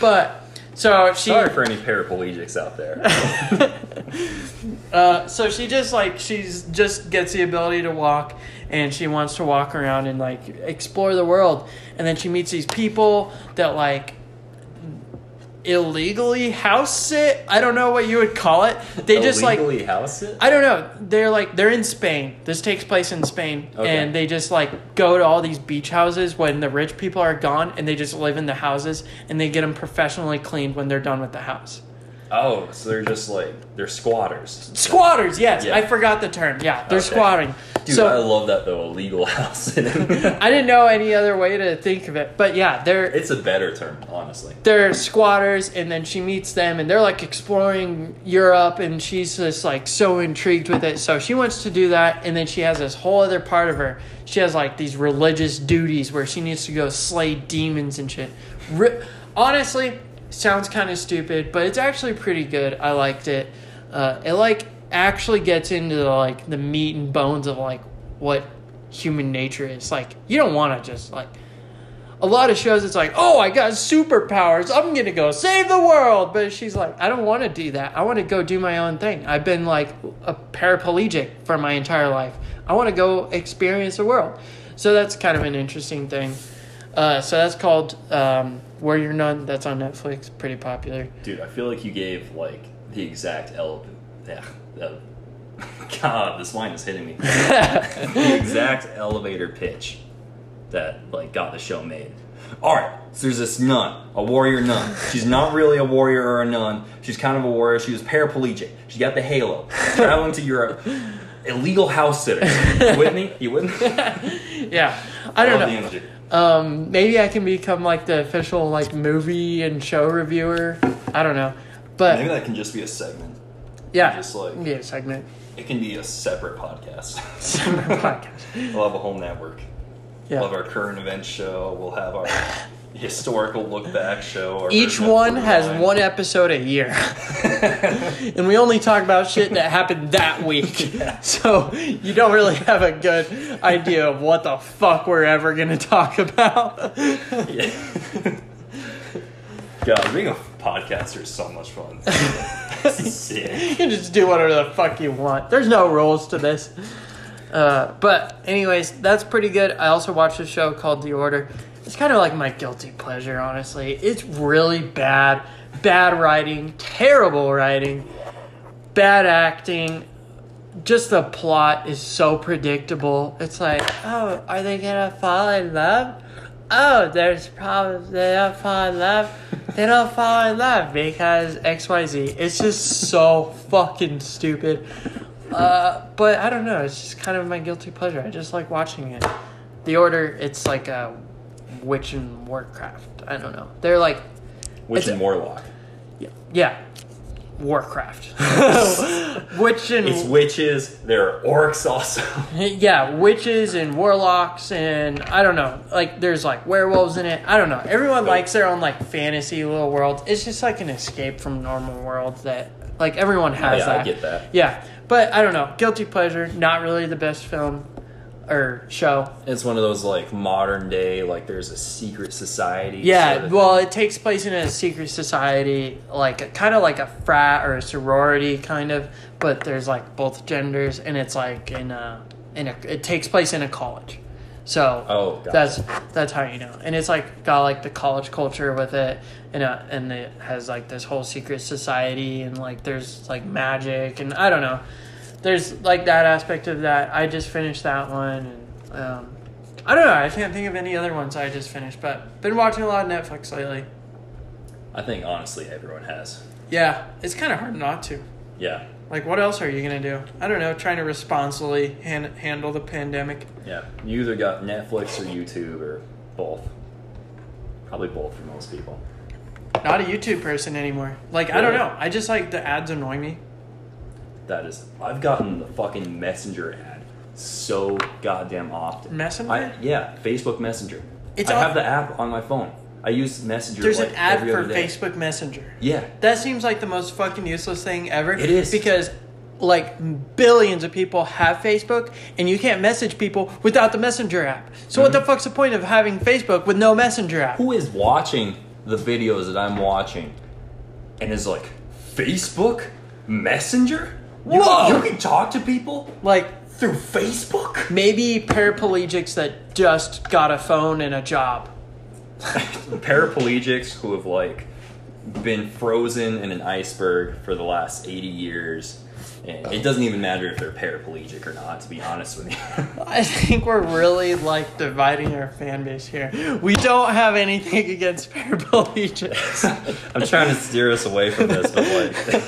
C: but so she
B: Sorry for any paraplegics out there.
C: uh, so she just like she's just gets the ability to walk and she wants to walk around and like explore the world and then she meets these people that like illegally house sit i don't know what you would call it they just like
B: Illegally house it.
C: I don't know. They're like they're in Spain. This takes place in Spain,
B: Okay.
C: and they just like go to all these beach houses when the rich people are gone, and they just live in the houses, and they get them professionally cleaned when they're done with the house.
B: Oh, so they're just like they're squatters.
C: Squatters, yes,
B: Yeah.
C: I forgot the term. Yeah, they're
B: Okay.
C: squatting.
B: Dude, I
C: so
B: love that though. Illegal house.
C: I, didn't know any other way to think of it, but yeah, they're
B: it's a better term, honestly.
C: they're squatters and then she meets them and they're like exploring Europe and she's just like so intrigued with it. So she wants to do that and then she has this whole other part of her. She has like these religious duties where she needs to go slay demons and shit. Re- Honestly, sounds kind of stupid, but it's actually pretty good. I liked it. Uh, it like actually gets into the, like the meat and bones of like what human nature is. Like you don't want to just like a lot of shows it's like oh i got superpowers i'm gonna go save the world but she's like i don't want to do that i want to go do my own thing i've been like a paraplegic for my entire life i want to go experience the world so that's kind of an interesting thing uh, so that's called um, where you're none that's on netflix pretty popular
B: Dude, I feel like you gave like the exact ele- yeah, uh, God, this wine is hitting me. the exact elevator pitch that like got the show made. All right, so there's this nun, a warrior nun. She's not really a warrior or a nun. She's kind of a warrior. She was paraplegic. She got the halo. Traveling to Europe. Illegal house sitter. You with me? You with me?
C: yeah i don't
B: Love the
C: know
B: energy.
C: um, maybe i can become like the official like movie and show reviewer i don't know but
B: Maybe that can just be a segment.
C: yeah
B: just, like-
C: yeah segment
B: It can be a separate podcast.
C: Summer podcast.
B: We'll have a whole network. We'll have
C: Yeah.
B: our current event show. We'll have our historical look back show. our
C: Each
B: version of
C: one has
B: Brewline.
C: one episode a year. and we only talk about shit that happened that week. So you don't really have a good idea of what the fuck we're ever going to talk about.
B: Yeah. God, being a podcaster is so much fun. Sick.
C: you can just do whatever the fuck you want. There's no rules to this. Uh, but anyways, that's pretty good. I also watched a show called The Order. It's kind of like my guilty pleasure, honestly. It's really bad, bad writing, terrible writing, bad acting. Just the plot is so predictable. It's like, oh, are they gonna fall in love? Oh, there's problems. They don't fall in love. They don't fall in love because X Y Z. It's just so fucking stupid. Uh, but I don't know. It's just kind of my guilty pleasure. I just like watching it. The Order, it's like a witch and Warcraft. I don't know. They're like,
B: Witch
C: It's-
B: and Warlock.
C: yeah, Warcraft. witch and
B: It's witches. There are orcs also.
C: yeah, witches and warlocks and I don't know. Like there's like werewolves in it. I don't know. Everyone likes their own like fantasy little world. It's just like an escape from normal worlds that like everyone has
B: Yeah, I
C: that.
B: get that.
C: Yeah. But I don't know. Guilty pleasure, not really the best film or show.
B: It's one of those like modern day, like there's a secret society.
C: Yeah,
B: sort of
C: well, it takes place in a secret society, like kind of like a frat or a sorority, kind of. But there's like both genders, and it's like in a in a. It takes place in a college, so
B: Oh, gotcha.
C: that's that's how you know. And it's like got like the college culture with it, and uh, and it has like this whole secret society, and like there's like magic, and I don't know. There's like that aspect of that. I just finished that one, and um, I don't know. I can't think of any other ones I just finished, but been watching a lot of Netflix lately.
B: I think honestly everyone has.
C: Yeah, it's kind of hard not to.
B: Yeah,
C: Like, what else are you gonna do? I don't know. Trying to responsibly han- handle the pandemic.
B: yeah. You either got Netflix or YouTube or both. Probably both for most people.
C: Not a YouTube person anymore. Like, I don't
B: Really?
C: know. I just like the ads annoy me.
B: That is, I've gotten the fucking messenger ad so goddamn often.
C: Messenger?
B: I, yeah, Facebook Messenger.
C: It's
B: I
C: on-
B: have the app on my phone. I use Messenger.
C: There's
B: like,
C: an ad
B: every
C: for
B: other day.
C: Facebook Messenger.
B: Yeah,
C: That seems like the most fucking useless thing ever.
B: It is.
C: Because, like, billions of people have Facebook, and you can't message people without the Messenger app. So, what the fuck's the point of having Facebook with no Messenger app?
B: Mm-hmm. who is watching the videos that I'm watching and is like, Facebook? Messenger? You,
C: Whoa!
B: you can talk to people
C: Like,
B: through Facebook?
C: maybe paraplegics that just got a phone and a job.
B: Paraplegics who have like been frozen in an iceberg for the last 80 years. And it doesn't even matter if they're paraplegic or not, to be honest with you.
C: I think we're really like dividing our fan base here. We don't have anything against paraplegics.
B: I'm trying to steer us away from this, but like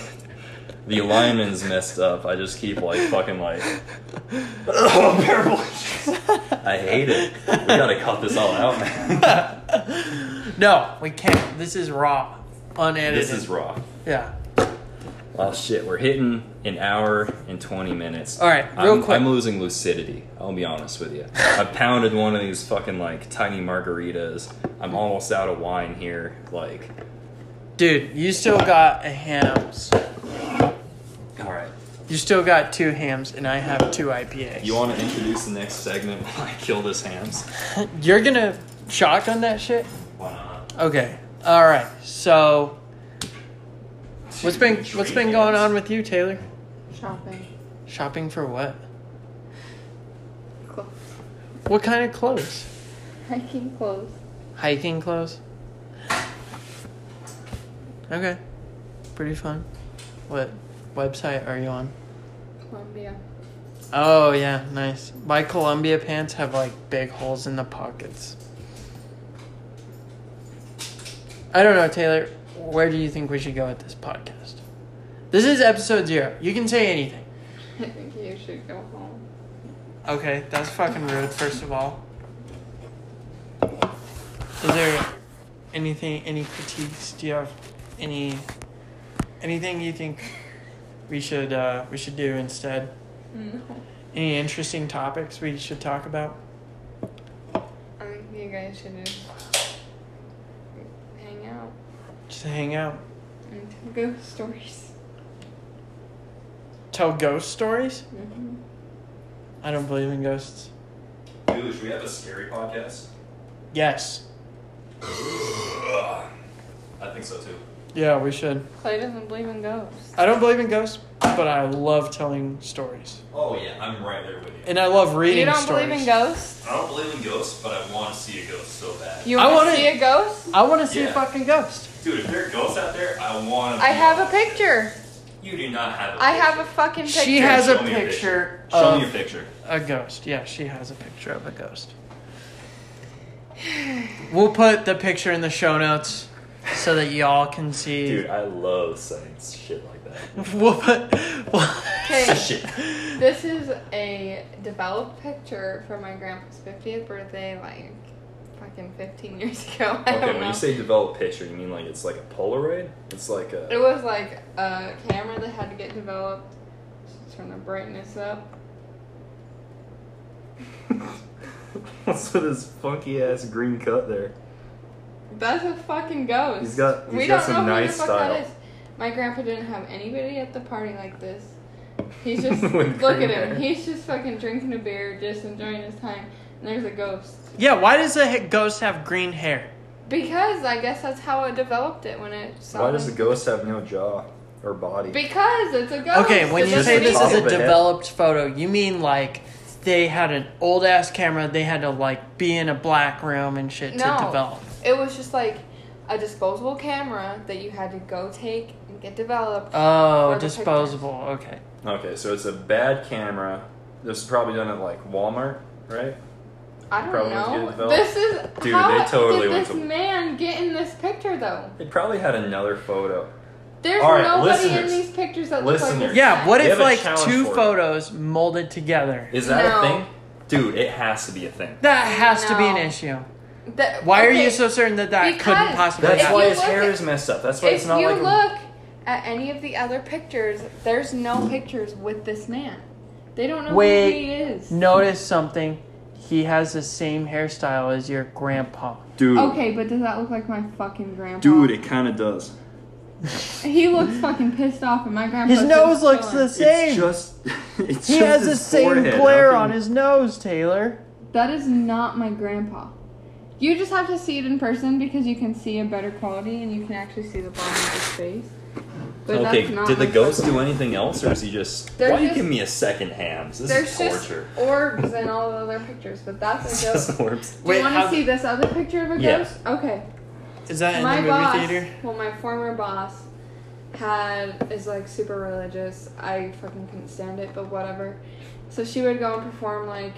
B: the alignment's messed up. I just keep like fucking like oh, paraplegics. I hate it. We gotta cut this all out, man.
C: no, we can't. This is raw, unedited.
B: this is raw.
C: Yeah.
B: Oh shit, we're hitting an hour and twenty minutes.
C: All right, real
B: I'm,
C: quick.
B: I'm losing lucidity. I'll be honest with you. I pounded one of these fucking like tiny margaritas. I'm almost out of wine here. Like,
C: Dude, you still got a hams.
B: all right.
C: You still got two hams, and I have two IPAs.
B: You want to introduce the next segment while I kill this hams?
C: You're gonna shotgun that shit?
B: Why not?
C: Okay. All right. So, what's been what's been going on with you, Taylor?
A: Shopping.
C: Shopping for what?
A: Clothes.
C: What kind of clothes?
A: Hiking clothes.
C: Hiking clothes. Okay. Pretty fun. What website are you on?
A: Columbia.
C: Oh yeah, nice. My Columbia pants have like big holes in the pockets. I don't know, Taylor. Where do you think we should go with this podcast? This is episode zero. You can say anything.
A: I think you should go home.
C: Okay, that's fucking rude. First of all, is there anything, any critiques? Do you have any, anything you think we should uh, we should do instead?
A: No.
C: Any interesting topics we should talk about?
A: I think you guys should just hang out
C: Just hang out.
A: and tell ghost stories.
C: Tell ghost stories?
A: Mm-hmm.
C: I don't believe in ghosts.
B: Dude, should we have a scary podcast?
C: Yes.
B: I think so too.
C: Yeah, we should.
A: Clay doesn't believe in ghosts.
C: I don't believe in ghosts, but I love telling stories.
B: Oh yeah, I'm right there with you.
C: And I love reading
A: You don't
C: stories.
A: believe in ghosts?
B: I don't believe in ghosts, but I want to see a ghost so bad.
A: You
C: I
A: want
C: wanna-
A: to see a ghost?
C: I want to see a
B: Yeah.
C: fucking ghost.
B: Dude, if there are ghosts out there, I want to.
A: I have a picture.
B: You do not have a
A: I have a fucking picture.
C: She has a
B: Show me your
C: picture
B: Show me
C: of
B: your picture.
C: a ghost. Yeah, she has a picture of a ghost. We'll put the picture in the show notes so that y'all can see.
B: Dude, I love saying shit like that.
C: We'll put. We'll,
A: Okay,
B: shit.
A: this is a developed picture from my grandpa's 50th birthday, like fucking 15 years ago. I
B: Okay,
A: don't
B: when
A: know.
B: you say develop picture, you mean like it's like a Polaroid? It's like
A: It
B: a.
A: was like a camera that had to get developed. Just turn the brightness up.
B: What's with his funky ass green cut there?
A: That's a fucking ghost.
B: He's got- he's
A: we
B: got
A: don't
B: some
A: know
B: nice
A: who the fuck
B: style.
A: that is. My grandpa didn't have anybody at the party like this. He's just
B: With
A: look
B: green
A: at him.
B: hair.
A: He's just fucking drinking a beer, just enjoying his time. And there's a ghost.
C: yeah, why does a he- ghost have green hair?
A: Because I guess that's how it developed it when it. Saw
B: Why does the
A: them.
B: ghost have no jaw or body?
A: Because it's a ghost.
C: Okay, when
A: It
C: you
B: Just
C: say
A: doesn't
B: the
C: this
A: mean-
B: top
C: is a
B: of the head.
C: developed photo, you mean like they had an old ass camera, they had to like be in a black room and shit
A: No.
C: to develop.
A: it was just like a disposable camera that you had to go take and get developed.
C: Oh,
A: For the pictures.
C: disposable. Okay.
B: Okay, so it's a bad camera. This was probably done at like Walmart, right?
A: I don't
B: Probably went to get
A: know.
B: developed.
A: This is
B: Dude,
A: how
B: they totally
A: did
B: went
A: this
B: to-
A: man get in this picture though?
B: It probably had another photo.
A: There's
B: All right,
A: nobody in
B: listeners.
A: these pictures that look like
B: Listeners.
A: this.
C: Yeah,
A: man.
C: what
B: We
C: if
B: have a
C: like
B: challenge
C: two
B: for you.
C: photos molded together?
B: Is that
A: No.
B: a thing? Dude, it has to be a thing.
C: That has to be an
A: No.
C: issue.
A: That-
C: Why are
A: okay,
C: you so certain that that couldn't
A: Because
C: possibly
B: That's
A: If
B: why
A: you
B: his
A: look
B: hair
A: at-
B: is messed up. That's why
A: If
B: it's not
A: you
B: like a-
A: look at any of the other pictures, there's no pictures with this man. They don't know
C: Wait.
A: who he is.
C: Notice something. He has the same hairstyle as your grandpa.
B: Dude.
A: Okay, but does that look like my fucking grandpa?
B: Dude, it kind of does.
A: he looks fucking pissed off, and my grandpa.
C: His nose looks the
B: It's
C: same.
B: just. It's
C: he
B: just
C: has the
B: his
C: same
B: forehead. How
C: glare
B: can-
C: on his nose, Taylor.
A: That is not my grandpa. You just have to see it in person because you can see a better quality and you can actually see the bottom of his face. But
B: Okay,
A: that's not
B: did the
A: my
B: ghost
A: fucking-
B: do anything else, or is he just?
A: They're
B: why you
A: just-
B: give me a second hams? This
A: There's
B: is
A: just
B: torture.
A: orbs in all the other pictures, but that's a
B: Just
A: ghost.
B: orbs.
A: Do
C: Wait,
A: you want
C: how-
A: to see this other picture of a
B: Yeah.
A: ghost? Okay.
C: Is that in
A: my
C: the movie
A: boss,
C: theater?
A: well, my former boss had is like super religious. I fucking couldn't stand it, but whatever. So she would go and perform like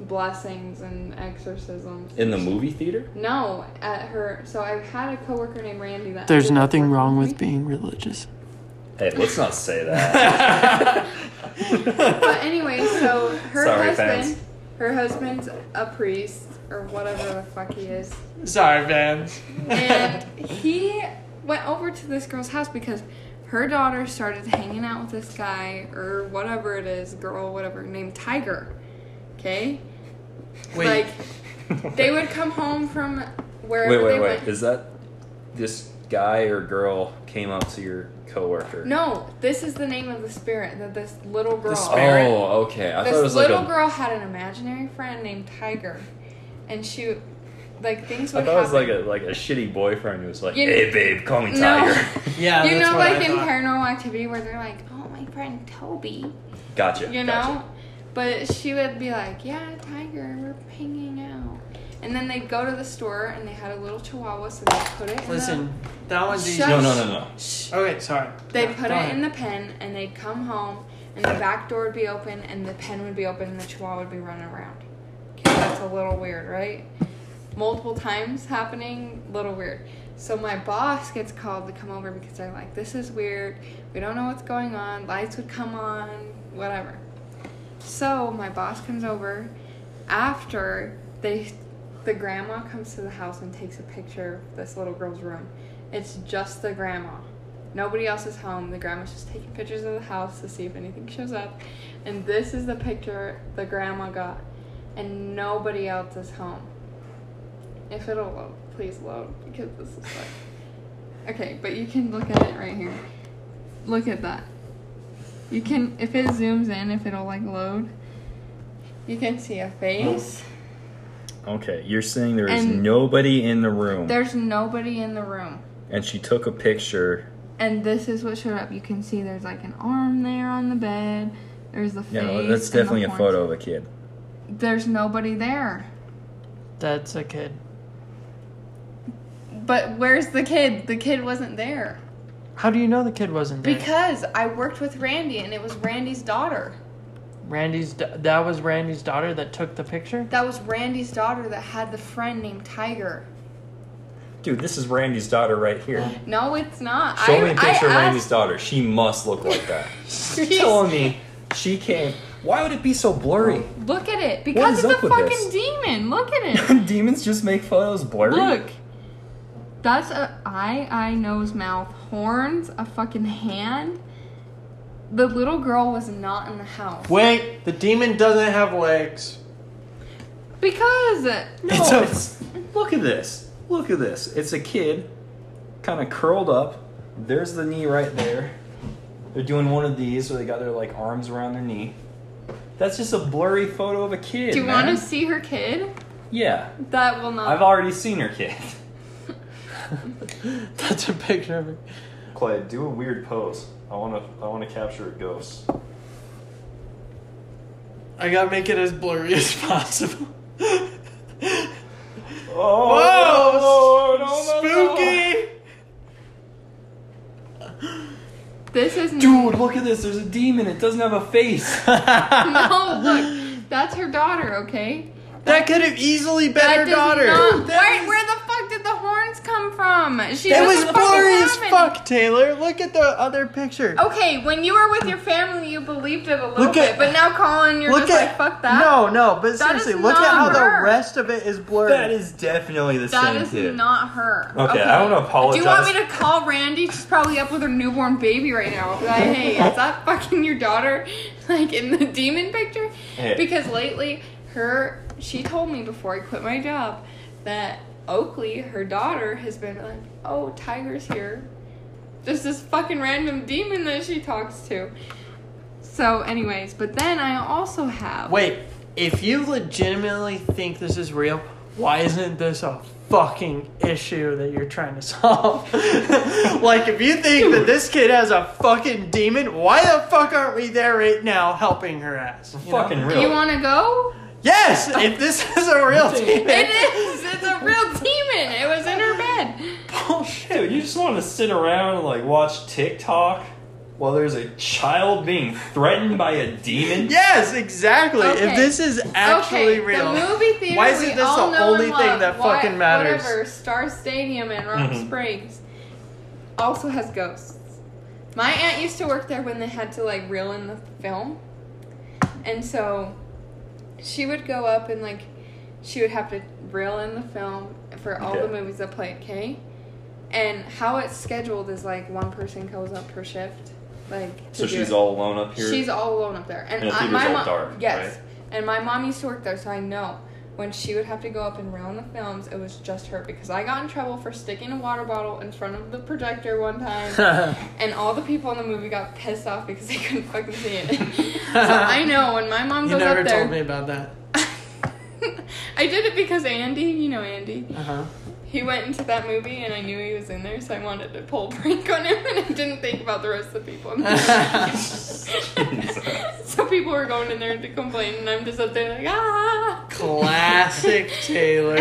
A: blessings and exorcisms.
B: In the movie theater?
A: No, at her. So I had a coworker named Randy that.
C: There's
A: didn't
C: nothing
A: work
C: wrong
A: me,
C: with being religious.
B: Hey, let's not say that.
A: But anyway, so her
B: Sorry,
A: husband,
B: fans.
A: her husband's a priest or whatever the fuck he is.
C: Sorry, Vans.
A: and he went over to this girl's house because her daughter started hanging out with this guy or whatever it is, girl, whatever, named Tiger. Okay?
C: Wait,
A: Like they would come home from wherever
B: wait, wait,
A: they
B: wait.
A: went.
B: Is that this guy or girl came up to your coworker?
A: No, this is the name of the spirit that this little girl
C: spirit?
B: Oh, okay. I thought it
A: this
B: was like
A: little
B: a.
A: girl had an imaginary friend named Tiger. And she like things
B: I
A: would
B: thought it was like
A: happen.
B: a like a shitty boyfriend who was like,
A: You-
B: "Hey, babe, call me
A: no.
B: Tiger."
C: yeah,
A: you
C: that's
A: know,
C: what
A: like
C: I
A: in
C: thought.
A: paranormal activity where they're like, Oh my friend Toby
B: Gotcha.
A: you know
B: gotcha.
A: but she would be like yeah tiger we're hanging out and then they'd go to the store and they had a little chihuahua so they put it in
C: Listen, that one's easy.
A: Shut-
B: No, no, no, no.
A: the, Shh.
C: Okay, sorry.
A: they
C: Yeah,
A: put
C: go
A: it
C: ahead.
A: in the pen and they'd come home and the back door would be open and the pen would be open and the chihuahua would be running around okay that's a little weird right multiple times happening little weird so my boss gets called to come over because they're like this is weird we don't know what's going on lights would come on whatever so my boss comes over after they the grandma comes to the house and takes a picture of this little girl's room. It's just the grandma. Nobody else is home. The grandma's just taking pictures of the house to see if anything shows up. And this is the picture the grandma got. And nobody else is home. If it'll load, please load because this is like Okay, but you can look at it right here. Look at that. You can if it zooms in, if it'll like load, you can see a face.
B: Okay, you're saying there is
A: And-
B: nobody in the room,
A: There's nobody in the room.
B: and she took a picture.
A: And this is what showed up. You can see there's like an arm there on the bed. There's the face.
B: Yeah, no,
A: and
B: that's
A: the
B: definitely a
A: horns.
B: photo of a kid.
A: There's nobody there.
C: That's a kid.
A: But where's the kid? The kid wasn't there.
C: How do you know the kid wasn't there?
A: Because I worked with Randy and it was Randy's daughter.
C: Randy's da- that was Randy's daughter that took the picture.
A: That was Randy's daughter that had the friend named Tiger.
B: Dude, this is Randy's daughter right here.
A: No, it's not.
B: Show
A: I,
B: me a picture
A: I
B: of Randy's
A: asked-
B: daughter. She must look like that.
A: She's-
B: She's telling me she came. Why would it be so blurry?
A: Look at it. Because
B: is
A: it's a
B: up with
A: fucking
B: this?
A: demon. Look at it.
B: Demons just make photos blurry.
A: Look, that's a eye, eye, nose, mouth, horns, a fucking hand. The little girl was not in the house
C: Wait, the demon doesn't have legs.
A: because
B: It's a- look at this. Look at this. It's a kid, kind of curled up. There's the knee right there. They're doing one of these where they got their like arms around their knee. That's just a blurry photo of a kid.
A: do you
B: man.
A: want to see her kid?
B: Yeah,
A: That will
B: I've
A: not.
B: already seen her kid.
C: That's a picture of it.
B: Clay, do a weird pose. I wanna, I wanna capture a ghost.
C: I gotta make it as blurry as possible.
B: Oh,
C: Whoa!
B: no, no, no, no.
C: spooky!
A: This is n-
B: Dude, look at this. There's a demon. It doesn't have a face.
A: no look. That's her daughter. Okay.
C: That could have easily been
A: That
C: her
A: does
C: daughter.
A: Not,
C: That
A: wait,
C: is-
A: where the fuck did the horn parents come from? She
C: That was
A: doesn't fucking
C: blurry as
A: have any-
C: fuck, Taylor. Look at the other picture.
A: Okay, when you were with your family, you believed it a little
C: Look
A: bit,
C: at-
A: but now Colin, you're
C: look
A: just
C: at
A: like, fuck that.
C: No, no, but
A: That is
C: seriously, look at
A: not
C: how
A: her.
C: the rest of it is blurred.
B: That is definitely the
A: That
B: same
A: is
B: kid.
A: not her.
B: Okay, I don't
A: Do you want me
B: apologize.
A: to call Randy? She's probably up with her newborn baby right now. Be Like, hey, is that fucking your daughter? Like in the demon picture?
B: Hey.
A: Because lately, her she told me before I quit my job that Oakley, her daughter, has been like, oh, Tiger's here. Just this fucking random demon that she talks to. So, anyways, but then I also have.
C: Wait, if you legitimately think this is real, why isn't this a fucking issue that you're trying to solve? like, if you think that this kid has a fucking demon, why the fuck aren't we there right now helping her ass? you know?
B: Fucking real.
A: You want to go?
C: Yes, if this is a real demon,
A: It is. It's a real demon. It was in her bed.
C: bullshit.
B: Dude, Oh, you just want to sit around and like watch TikTok while there's a child being threatened by a demon?
C: Yes, exactly.
A: Okay.
C: If this is
A: okay,
C: actually real.
A: The movie theater.
C: Why isn't
A: we
C: this
A: all
C: the
A: know
C: only
A: and
C: thing
A: love,
C: that
A: why-
C: fucking matters? Mm-hmm.
A: Whatever. Star Stadium in Rock
B: Mhm.
A: Springs also has ghosts. My aunt used to work there when they had to like reel in the film, and so she would go up and like she would have to reel in the film for all the
B: Okay.
A: movies that played. Okay, and how it's scheduled is like one person goes up per shift. Like to
B: So
A: do
B: she's
A: it.
B: all alone up here.
A: She's all alone up there, and,
B: And the
A: I,
B: theater's
A: my
B: all
A: mom.
B: dark,
A: yes,
B: right?
A: and my mom used to work there, so I know when she would have to go up and reel in the films, it was just her because I got in trouble for sticking a water bottle in front of the projector one time, and all the people in the movie got pissed off because they couldn't fucking see it. so I know when my mom
C: you
A: goes
C: never
A: up there.
C: told me about that.
A: I did it because Andy, you know Andy,
C: Uh-huh.
A: he went into that movie and I knew he was in there, so I wanted to pull a prank on him, and I didn't think about the rest of the people. in the movie. so people were going in there to complain, and I'm just up there like ah.
C: Classic Taylor.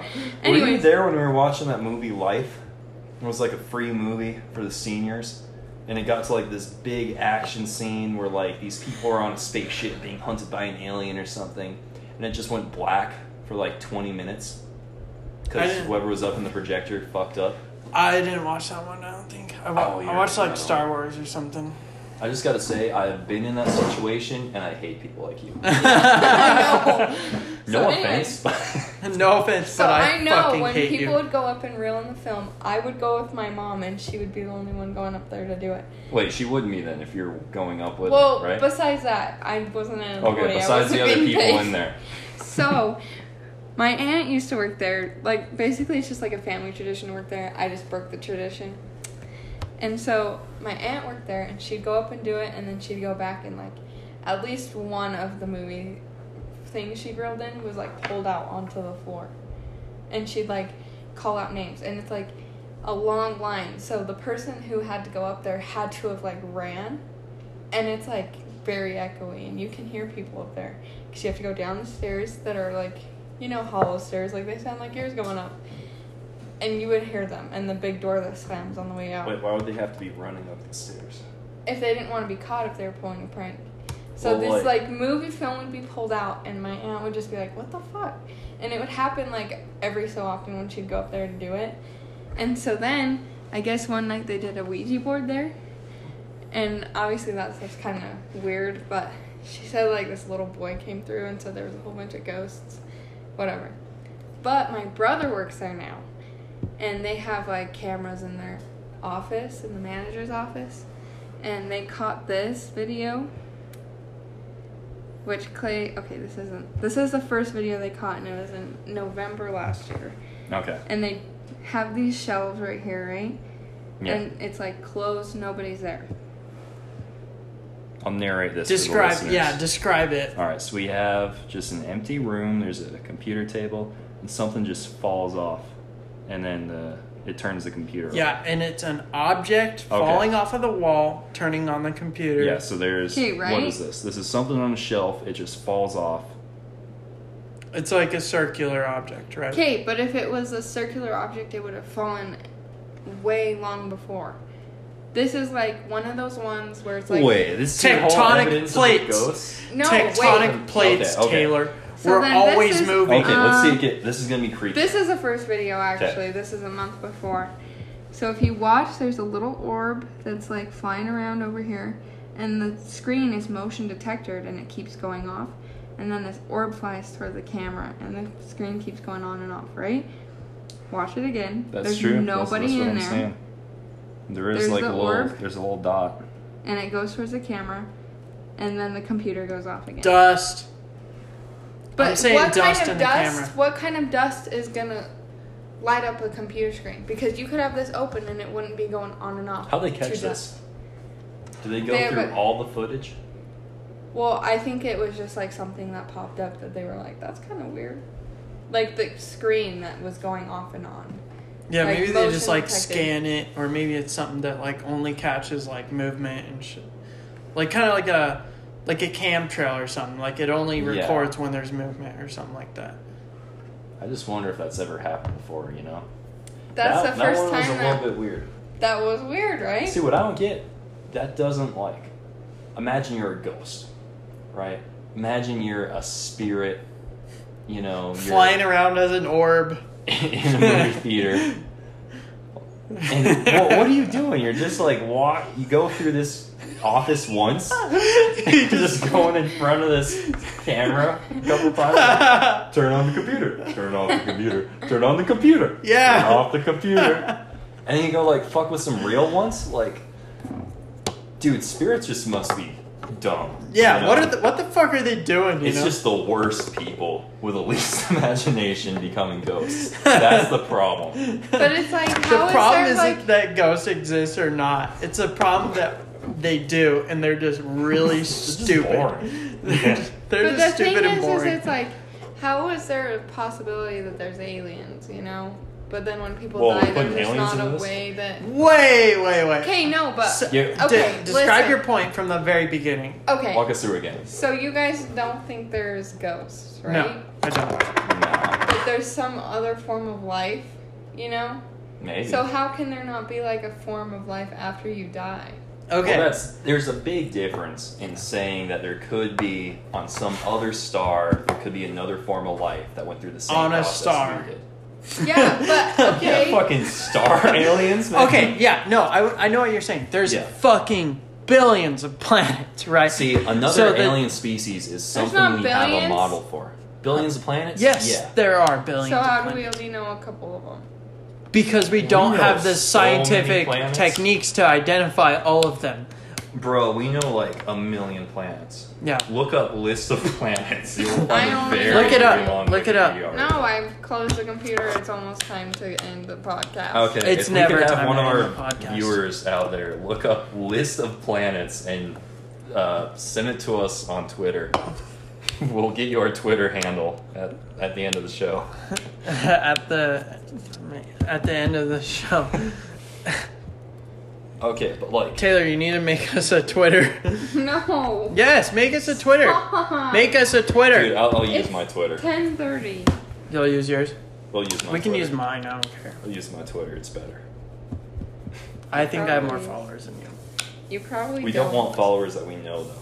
A: So,
B: Were you
A: anyways,
B: there when we were watching that movie Life? It was like a free movie for the seniors. And it got to like this big action scene where like these people are on a spaceship being hunted by an alien or something. And it just went black for like 20 minutes.
C: I
B: Because
C: didn't-
B: whoever was up in the projector fucked up.
C: I didn't watch that one. I don't think I, wa-
B: Oh, yeah,
C: I watched
B: I
C: like
B: don't.
C: Star Wars or something.
B: I just gotta say, I have been in that situation and I hate people like you.
A: So
B: no
A: anyways-
B: offense. but-
C: no offense,
A: so
C: but
A: I,
C: I,
A: know
C: fucking
A: when
C: hate
A: people
C: you.
A: would go up and reel in the film, I would go with my mom, and she would be the only one going up there to do it.
B: Wait, she wouldn't be then if you're going up with
A: well,
B: her, right?
A: besides that, I wasn't in.
B: okay, besides the other people in there.
A: So, my aunt used to work there. Like, basically, it's just like a family tradition to work there. I just broke the tradition. And so, my aunt worked there, and she'd go up and do it, and then she'd go back and, like, at least one of the movie things she grilled in was, like, pulled out onto the floor. And she'd, like, call out names. And it's, like, a long line. So, the person who had to go up there had to have, like, ran. And it's, like, very echoey, and you can hear people up there because you have to go down the stairs that are like you know hollow stairs like they sound like yours going up and you would hear them and the big door that slams on the way out
B: why would they have to be running up the stairs?
A: if they didn't want to be caught if they were pulling a prank so
B: Well,
A: this
B: like-
A: like movie film would be pulled out and my aunt would just be like what the fuck and it would happen like every so often when she'd go up there to do it and so then i guess one night they did a ouija board there and obviously that stuff's kind of weird, but she said like this little boy came through and said there was a whole bunch of ghosts, whatever. But my brother works there now, and they have like cameras in their office, in the manager's office, and they caught this video. Which Clay, okay, this isn't. This is the first video they caught, and it was in November last year.
B: Okay.
A: And they have these shelves right here, right?
B: Yeah.
A: And it's like closed, nobody's there.
B: I'll narrate this.
C: describe,
B: For the listeners.
C: yeah, describe it.
B: All right, so we have just an empty room. There's a computer table, and something just falls off, and then the, it turns the computer.
C: Yeah, and it's an object falling off of the wall, turning on the computer.
B: On. Yeah. So there's
A: Okay, right?
B: what is this? This is something on a shelf. It just falls off.
C: It's like a circular object, right?
A: Okay, but if it was a circular object, it would have fallen way long before. This is like one of those ones where it's like
B: Wait, this
C: is your whole Tectonic evidence of the plates.
B: ghosts.
A: no
C: Tectonic
A: wait.
C: plates,
B: Okay, okay.
C: Taylor.
A: So
C: We're
A: then
C: always
A: this is,
C: moving.
B: Okay, let's see
A: um,
B: it get. This is gonna be creepy.
A: This is the first video, actually. This is a month before. So if you watch, there's a little orb that's like flying around over here, and the screen is motion detectored and it keeps going off. And then this orb flies toward the camera, and the screen keeps going on and off, right? Watch it again.
B: That's
A: there's
B: true. That's-
A: nobody
B: that's, what
A: in
B: I'm
A: there.
B: Saying. There is
A: There's
B: like
A: the
B: a little.
A: orb.
B: There's a little dot.
A: And it goes towards the camera, and then the computer goes off
B: Oh.
A: again.
C: Dust.
A: But
C: I'm saying
A: what
C: dust
A: kind
C: in
A: of
C: the
A: dust?
C: camera.
A: What kind of dust is gonna light up a computer screen? Because you could have this open and it wouldn't be going on and off.
B: How they
A: to
B: catch this?
A: dust.
B: Do they go
A: They have
B: through
A: a-
B: all the footage?
A: Well, I think it was just like something that popped up that they were like, "That's kind of weird," like the screen that was going off and on.
C: Yeah,
A: Like,
C: maybe they just
A: motion
C: like
A: detected.
C: scan it, or maybe it's something that like only catches like movement and shit. Like kind of like a like a cam trail or something. Like it only
B: Yeah.
C: records when there's movement or something like that.
B: I just wonder if that's ever happened before. You know.
A: That's
B: that,
A: the first
B: that one
A: time
B: was a little
A: that
B: bit weird.
A: that was weird, right?
B: See what I don't get? That doesn't like. Imagine you're a ghost, right? Imagine you're a spirit. You know, you're
C: Flying around as an orb.
B: in a movie theater. And what, what are you doing? You're just like walk. You go through this office once. You're just going in front of this camera a couple times. Turn on the computer. Turn off the computer. Turn on the computer.
C: Yeah.
B: Turn off the computer. And then you go like fuck with some real ones. Like, dude, spirits just must be dumb.
C: yeah.
B: you know?
C: What are the, what the fuck are they doing? You
B: It's
C: know?
B: just the worst people with the least imagination becoming ghosts. That's the problem.
A: but it's like
C: the
A: how is
C: problem
A: there
C: isn't
A: like
C: that ghosts exist or not. It's a problem that they do, and they're just really
B: just
C: stupid.
B: boring.
C: They're just, they're
A: but
C: just
A: the
C: stupid
A: thing
C: and
A: is,
C: boring.
A: is it's like, how is there a possibility that there's aliens? You know, but then when people
B: Well, we're
A: die,
B: putting
A: there's just
B: aliens
A: not
B: into
A: a
B: this?
A: way that.
C: Wait, wait, wait.
A: Okay, no, but
C: So-
B: Yeah.
C: De-
A: okay,
C: describe
A: listen.
C: your point from the very beginning.
A: okay.
B: Walk us through again.
A: So you guys don't think there's ghosts, right?
C: No, I don't.
B: Nah,
A: But there's some other form of life, you know.
B: maybe.
A: So how can there not be like a form of life after you die?
C: Okay.
B: Well, that's there's a big difference in saying that there could be on some other star there could be another form of life that went through the same
C: On a
B: process
C: star.
B: you did.
A: Yeah, but okay.
B: Yeah, fucking star aliens. Man.
C: okay. Yeah. No, I, I know what you're saying. There's
B: Yeah.
C: fucking billions of planets, right?
B: See, another
C: So the-
B: alien species is
A: not
B: something we have a
A: billions.
B: model for. Billions of planets.
C: Yes,
B: Yeah.
C: there are billions.
A: so
C: of
A: how do we
C: planets.
A: only know a couple of them?
C: Because we don't
B: know
C: have the
B: so many
C: scientific
B: planets.
C: techniques to identify all of them.
B: Bro, we know like a million planets.
C: Yeah.
B: Look up list of planets. You'll find
A: I
B: a
A: only-
B: very
A: Look it
C: up.
B: long
C: Look it up.
B: Wikipedia
A: No, I've closed the computer. It's almost time to end the podcast.
B: Okay,
C: It's
B: if
C: never
B: we could
C: time
B: have one of
C: to end
B: our
C: the podcast.
B: viewers out there look up list of planets and uh, send it to us on Twitter. we'll get you our Twitter handle at, at the end of the show.
C: at the at the end of the show,
B: Okay, but like
C: Taylor, you need to make us a Twitter.
A: No.
C: yes, make us a Twitter. Make us a Twitter.
B: dude, I'll, I'll use
A: It's
B: my Twitter.
A: Ten thirty.
C: You'll use yours.
B: We'll use my
C: we can
B: Twitter.
C: use mine. I don't care.
B: I'll use my Twitter, it's better.
C: I think I have more
A: Probably.
C: followers than you.
A: You probably
B: We don't want followers that we know though.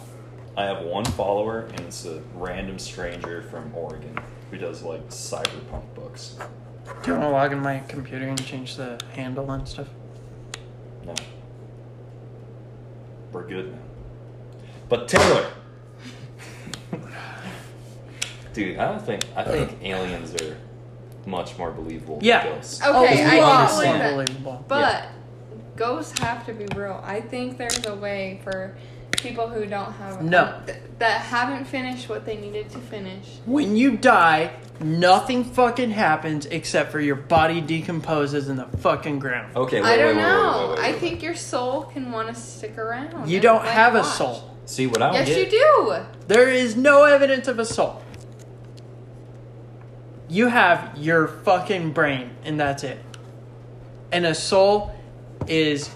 B: I have one follower and it's a random stranger from Oregon who does like cyberpunk books.
C: Do you want to log in my computer and change the handle and stuff?
B: No. We're good now. But Taylor. Dude, I don't think I think aliens are much more believable
C: Uh. Yeah.
B: than ghosts.
A: Okay, I
B: can
A: believe that.
C: Oh, Unbelievable.
A: But ghosts have to be real. I think there's a way for people who don't have
C: No.
A: th- that haven't finished what they needed to finish.
C: When you die, nothing fucking happens except for your body decomposes in the fucking ground.
B: Okay, wait,
A: I
B: wait,
A: don't
B: wait, wait,
A: know.
B: wait, wait,
A: I
B: wait.
A: think your soul can want to stick around.
C: You
A: and,
C: don't
A: like,
C: have a
A: watch.
C: soul.
B: See what I don't
A: Yes,
B: get.
A: you do.
C: There is no evidence of a soul. You have your fucking brain, and that's it. And a soul is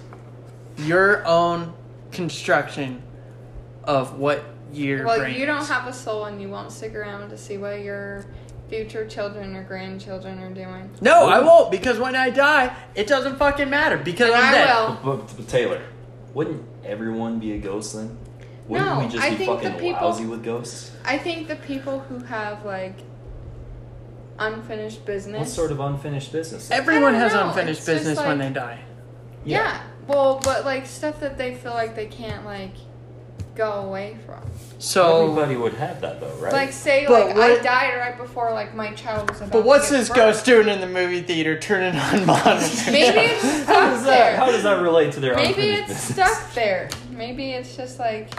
C: your own construction of what your
A: Well,
C: brain
A: you
C: is.
A: don't have a soul, and you won't stick around to see what your future children or grandchildren are doing.
C: No, I won't because when I die, it doesn't fucking matter because
A: And
C: I'm
A: I
C: dead.
A: will.
B: But, but Taylor, wouldn't everyone be a ghost then? Wouldn't
A: No,
B: we just
A: I
B: be
A: think the
B: fucking
A: people-
B: lousy with ghosts?
A: I think the people who have like unfinished business.
B: What sort of unfinished business?
C: Everyone
A: I don't
C: has
A: know,
C: unfinished
A: it's just
C: business when they
A: like-
C: die.
A: Yeah. Well, but like stuff that they feel like they can't like go away from.
C: So,
B: Everybody would have that though, right?
A: Like say
C: But
A: like I
C: what-
A: died right before like my child was about.
C: but what's
A: to get
C: this
A: birth.
C: ghost doing in the movie theater? Turning on monitors.
A: Maybe it's stuck
B: How
A: there.
B: does that relate to their
A: Maybe
B: unfinished
A: it's
B: business?
A: stuck there. Maybe it's just like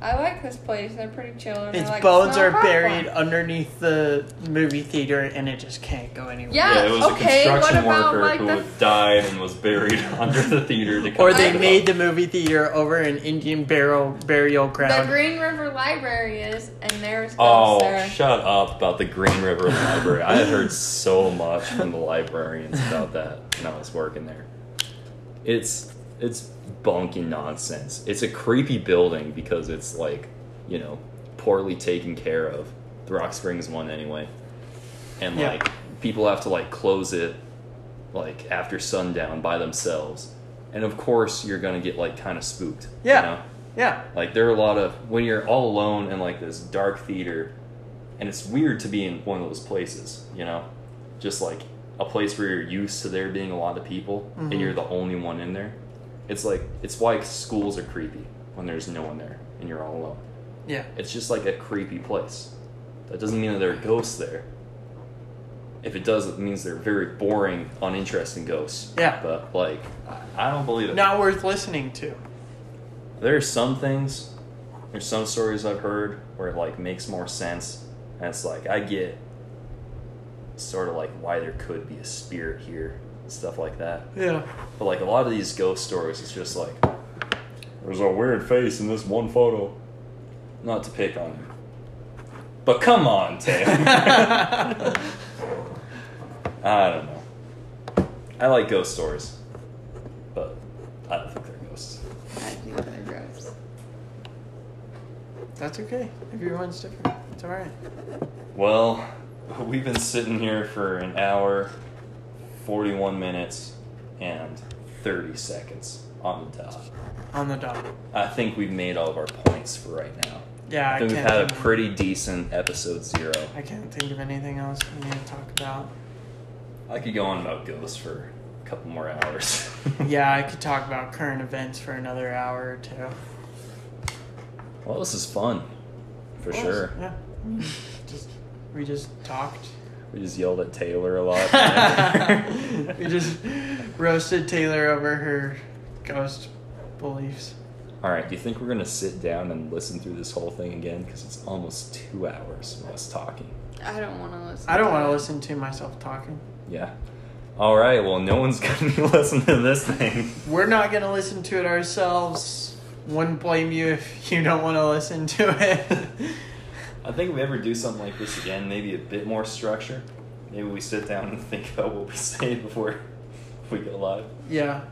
A: I like this place. They're pretty chill. and
C: Its
A: they're, like,
C: bones
A: "It's not
C: are
A: a problem."
C: buried underneath the movie theater, and it just can't go anywhere.
A: Yeah.
B: Yeah, it was
A: okay,
B: a
A: what
B: construction
A: about,
B: worker
A: like,
B: who
A: the-
B: died and was buried under the theater to come
C: Or
B: out
C: they
B: of
C: made the movie theater over an Indian burial burial
A: The
C: ground.
A: Green River Library is, and there's
B: Oh,
A: ghosts there.
B: shut up about the Green River Library. I had heard so much from the librarians about that when I was working there. It's it's bonky nonsense. It's a creepy building because it's like, you know, poorly taken care of. The Rock Springs one anyway. And
C: Yeah.
B: like people have to like close it like after sundown by themselves. And of course you're gonna get like kinda spooked.
C: Yeah.
B: You know?
C: yeah,
B: Like there are a lot of when you're all alone in like this dark theater, and it's weird to be in one of those places, you know, just like a place where you're used to there being a lot of people and you're the only one in there. It's like it's why schools are creepy when there's no one there and you're all alone.
C: yeah.
B: It's just like a creepy place. That doesn't mean that there are ghosts there. If it does, it means they're very boring, uninteresting ghosts.
C: Yeah.
B: But like, I, I don't believe it.
C: Not worth listening to.
B: There are some things, there's some stories I've heard where it like makes more sense, and it's like I get sort of like why there could be a spirit here, and stuff like that.
C: Yeah.
B: But like a lot of these ghost stories, it's just like there's a weird face in this one photo. Not to pick on you, but come on, Taylor. I don't know. I like ghost stories, but I don't think they're ghosts.
A: I think they're ghosts.
C: That's okay. Everyone's different. It's all right.
B: Well, we've been sitting here for an hour, 41 minutes, and 30 seconds on the dot.
C: On the dot.
B: I think we've made all of our points for right now.
C: Yeah, I,
B: I think
C: can't.
B: we've had a
C: think of-
B: pretty decent episode zero.
C: I can't think of anything else we need to talk about.
B: I could go on about ghosts for a couple more hours.
C: Yeah, I could talk about current events for another hour or two.
B: Well, this is fun, for sure.
C: Yeah. Just we just talked.
B: We just yelled at Taylor a lot.
C: we just roasted Taylor over her ghost beliefs.
B: All right, do you think we're going to sit down and listen through this whole thing again? Because it's almost two hours of us talking.
A: I don't want to listen.
C: I don't
A: to
C: want to
A: it.
C: listen to myself talking.
B: Yeah. All right. Well, no one's gonna be listening to this thing.
C: We're not going to listen to it ourselves. Wouldn't blame you if you don't want to listen to it.
B: I think if we ever do something like this again, maybe a bit more structure. Maybe we sit down and think about what we say before we go live.
C: yeah.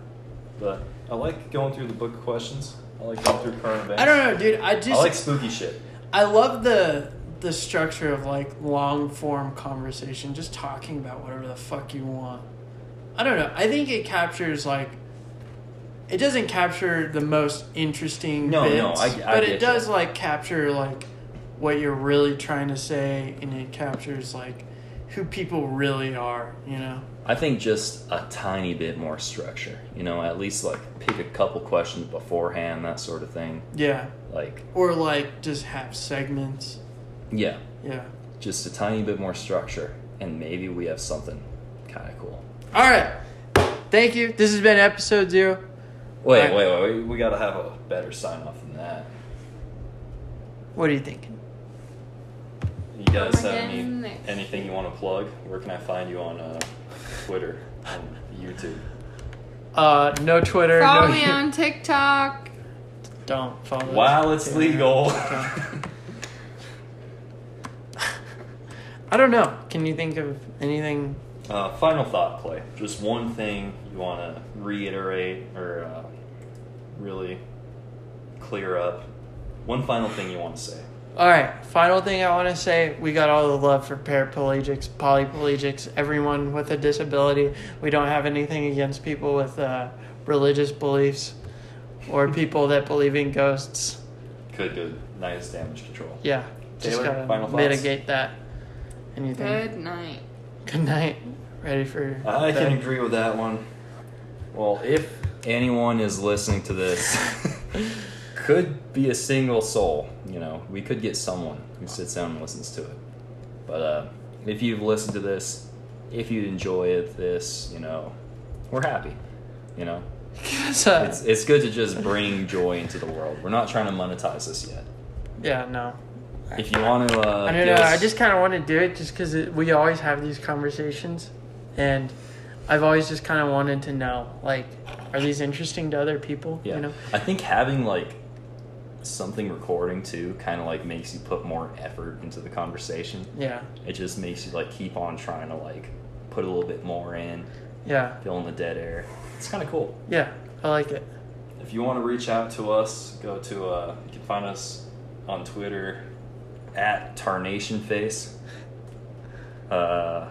B: But I like going through the book of questions. I like going through current events.
C: I don't know, dude. I just
B: I like spooky shit.
C: I love the the structure of like long form conversation, just talking about whatever the fuck you want. I don't know. I think it captures like it doesn't capture the most interesting
B: No,
C: bits,
B: no, I- I
C: but
B: get you.
C: it does like capture like what you're really trying to say, and it captures like who people really are. You know?
B: I think just a tiny bit more structure. You know, at least like pick a couple questions beforehand, that sort of thing.
C: Yeah.
B: Like,
C: Or like just have segments.
B: yeah,
C: Yeah.
B: just a tiny bit more structure, and maybe we have something kind of cool.
C: All right. Thank you. This has been episode zero.
B: Wait,
C: Right.
B: wait, wait, wait. We gotta have a better sign off than that.
C: What are you thinking?
B: You guys
A: We're
B: have any,
A: getting there.
B: anything you want to plug? Where can I find you on uh, Twitter and YouTube?
C: Uh, no Twitter.
A: Follow
C: no
A: me on TikTok.
C: Don't follow.
B: While it's
C: Yeah.
B: legal.
C: I don't know. Can you think of anything?
B: uh, final thought play. Just one thing you want to reiterate or uh, really clear up. One final thing you want to say.
C: All right. Final thing I want to say: we got all the love for paraplegics, polyplegics, everyone with a disability. We don't have anything against people with uh, religious beliefs or people that believe in ghosts.
B: could do nice damage control.
C: Yeah. just
B: Taylor,
C: gotta
B: final thoughts?
C: mitigate that. Anything.
A: Good night.
C: Good night. Ready for
B: I
C: bed.
B: can agree with that one. Well, if anyone is listening to this, could be a single soul. You know, we could get someone who sits down and listens to it. But uh, if you've listened to this, if you enjoy it, this, you know, we're happy. You know,
C: So-
B: it's it's good to just bring joy into the world. We're not trying to monetize this yet.
C: yeah, no.
B: If you want to, uh,
C: I don't know.
B: give
C: I
B: us-
C: just kind of want to do it just because we always have these conversations, and I've always just kind of wanted to know, like, are these interesting to other people?
B: Yeah.
C: You know.
B: I think having like something recording too kind of like makes you put more effort into the conversation.
C: Yeah.
B: It just makes you like keep on trying to like put a little bit more in,
C: Yeah.
B: fill in the dead air. It's kind of cool.
C: Yeah. I like it.
B: If you want to reach out to us, go to uh you can find us on Twitter at tarnationface. Uh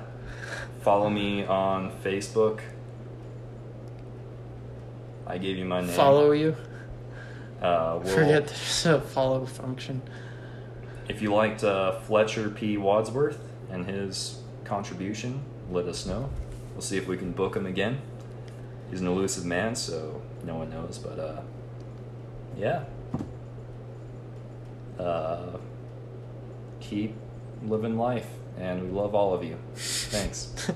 B: follow me on Facebook. I gave you my name.
C: Follow you.
B: Uh, we'll,
C: Forget there's a follow function.
B: If you liked uh, Fletcher P. Wadsworth and his contribution, let us know. We'll see if we can book him again. He's an elusive man, so no one knows, but uh, yeah. Uh, keep living life, and we love all of you. Thanks.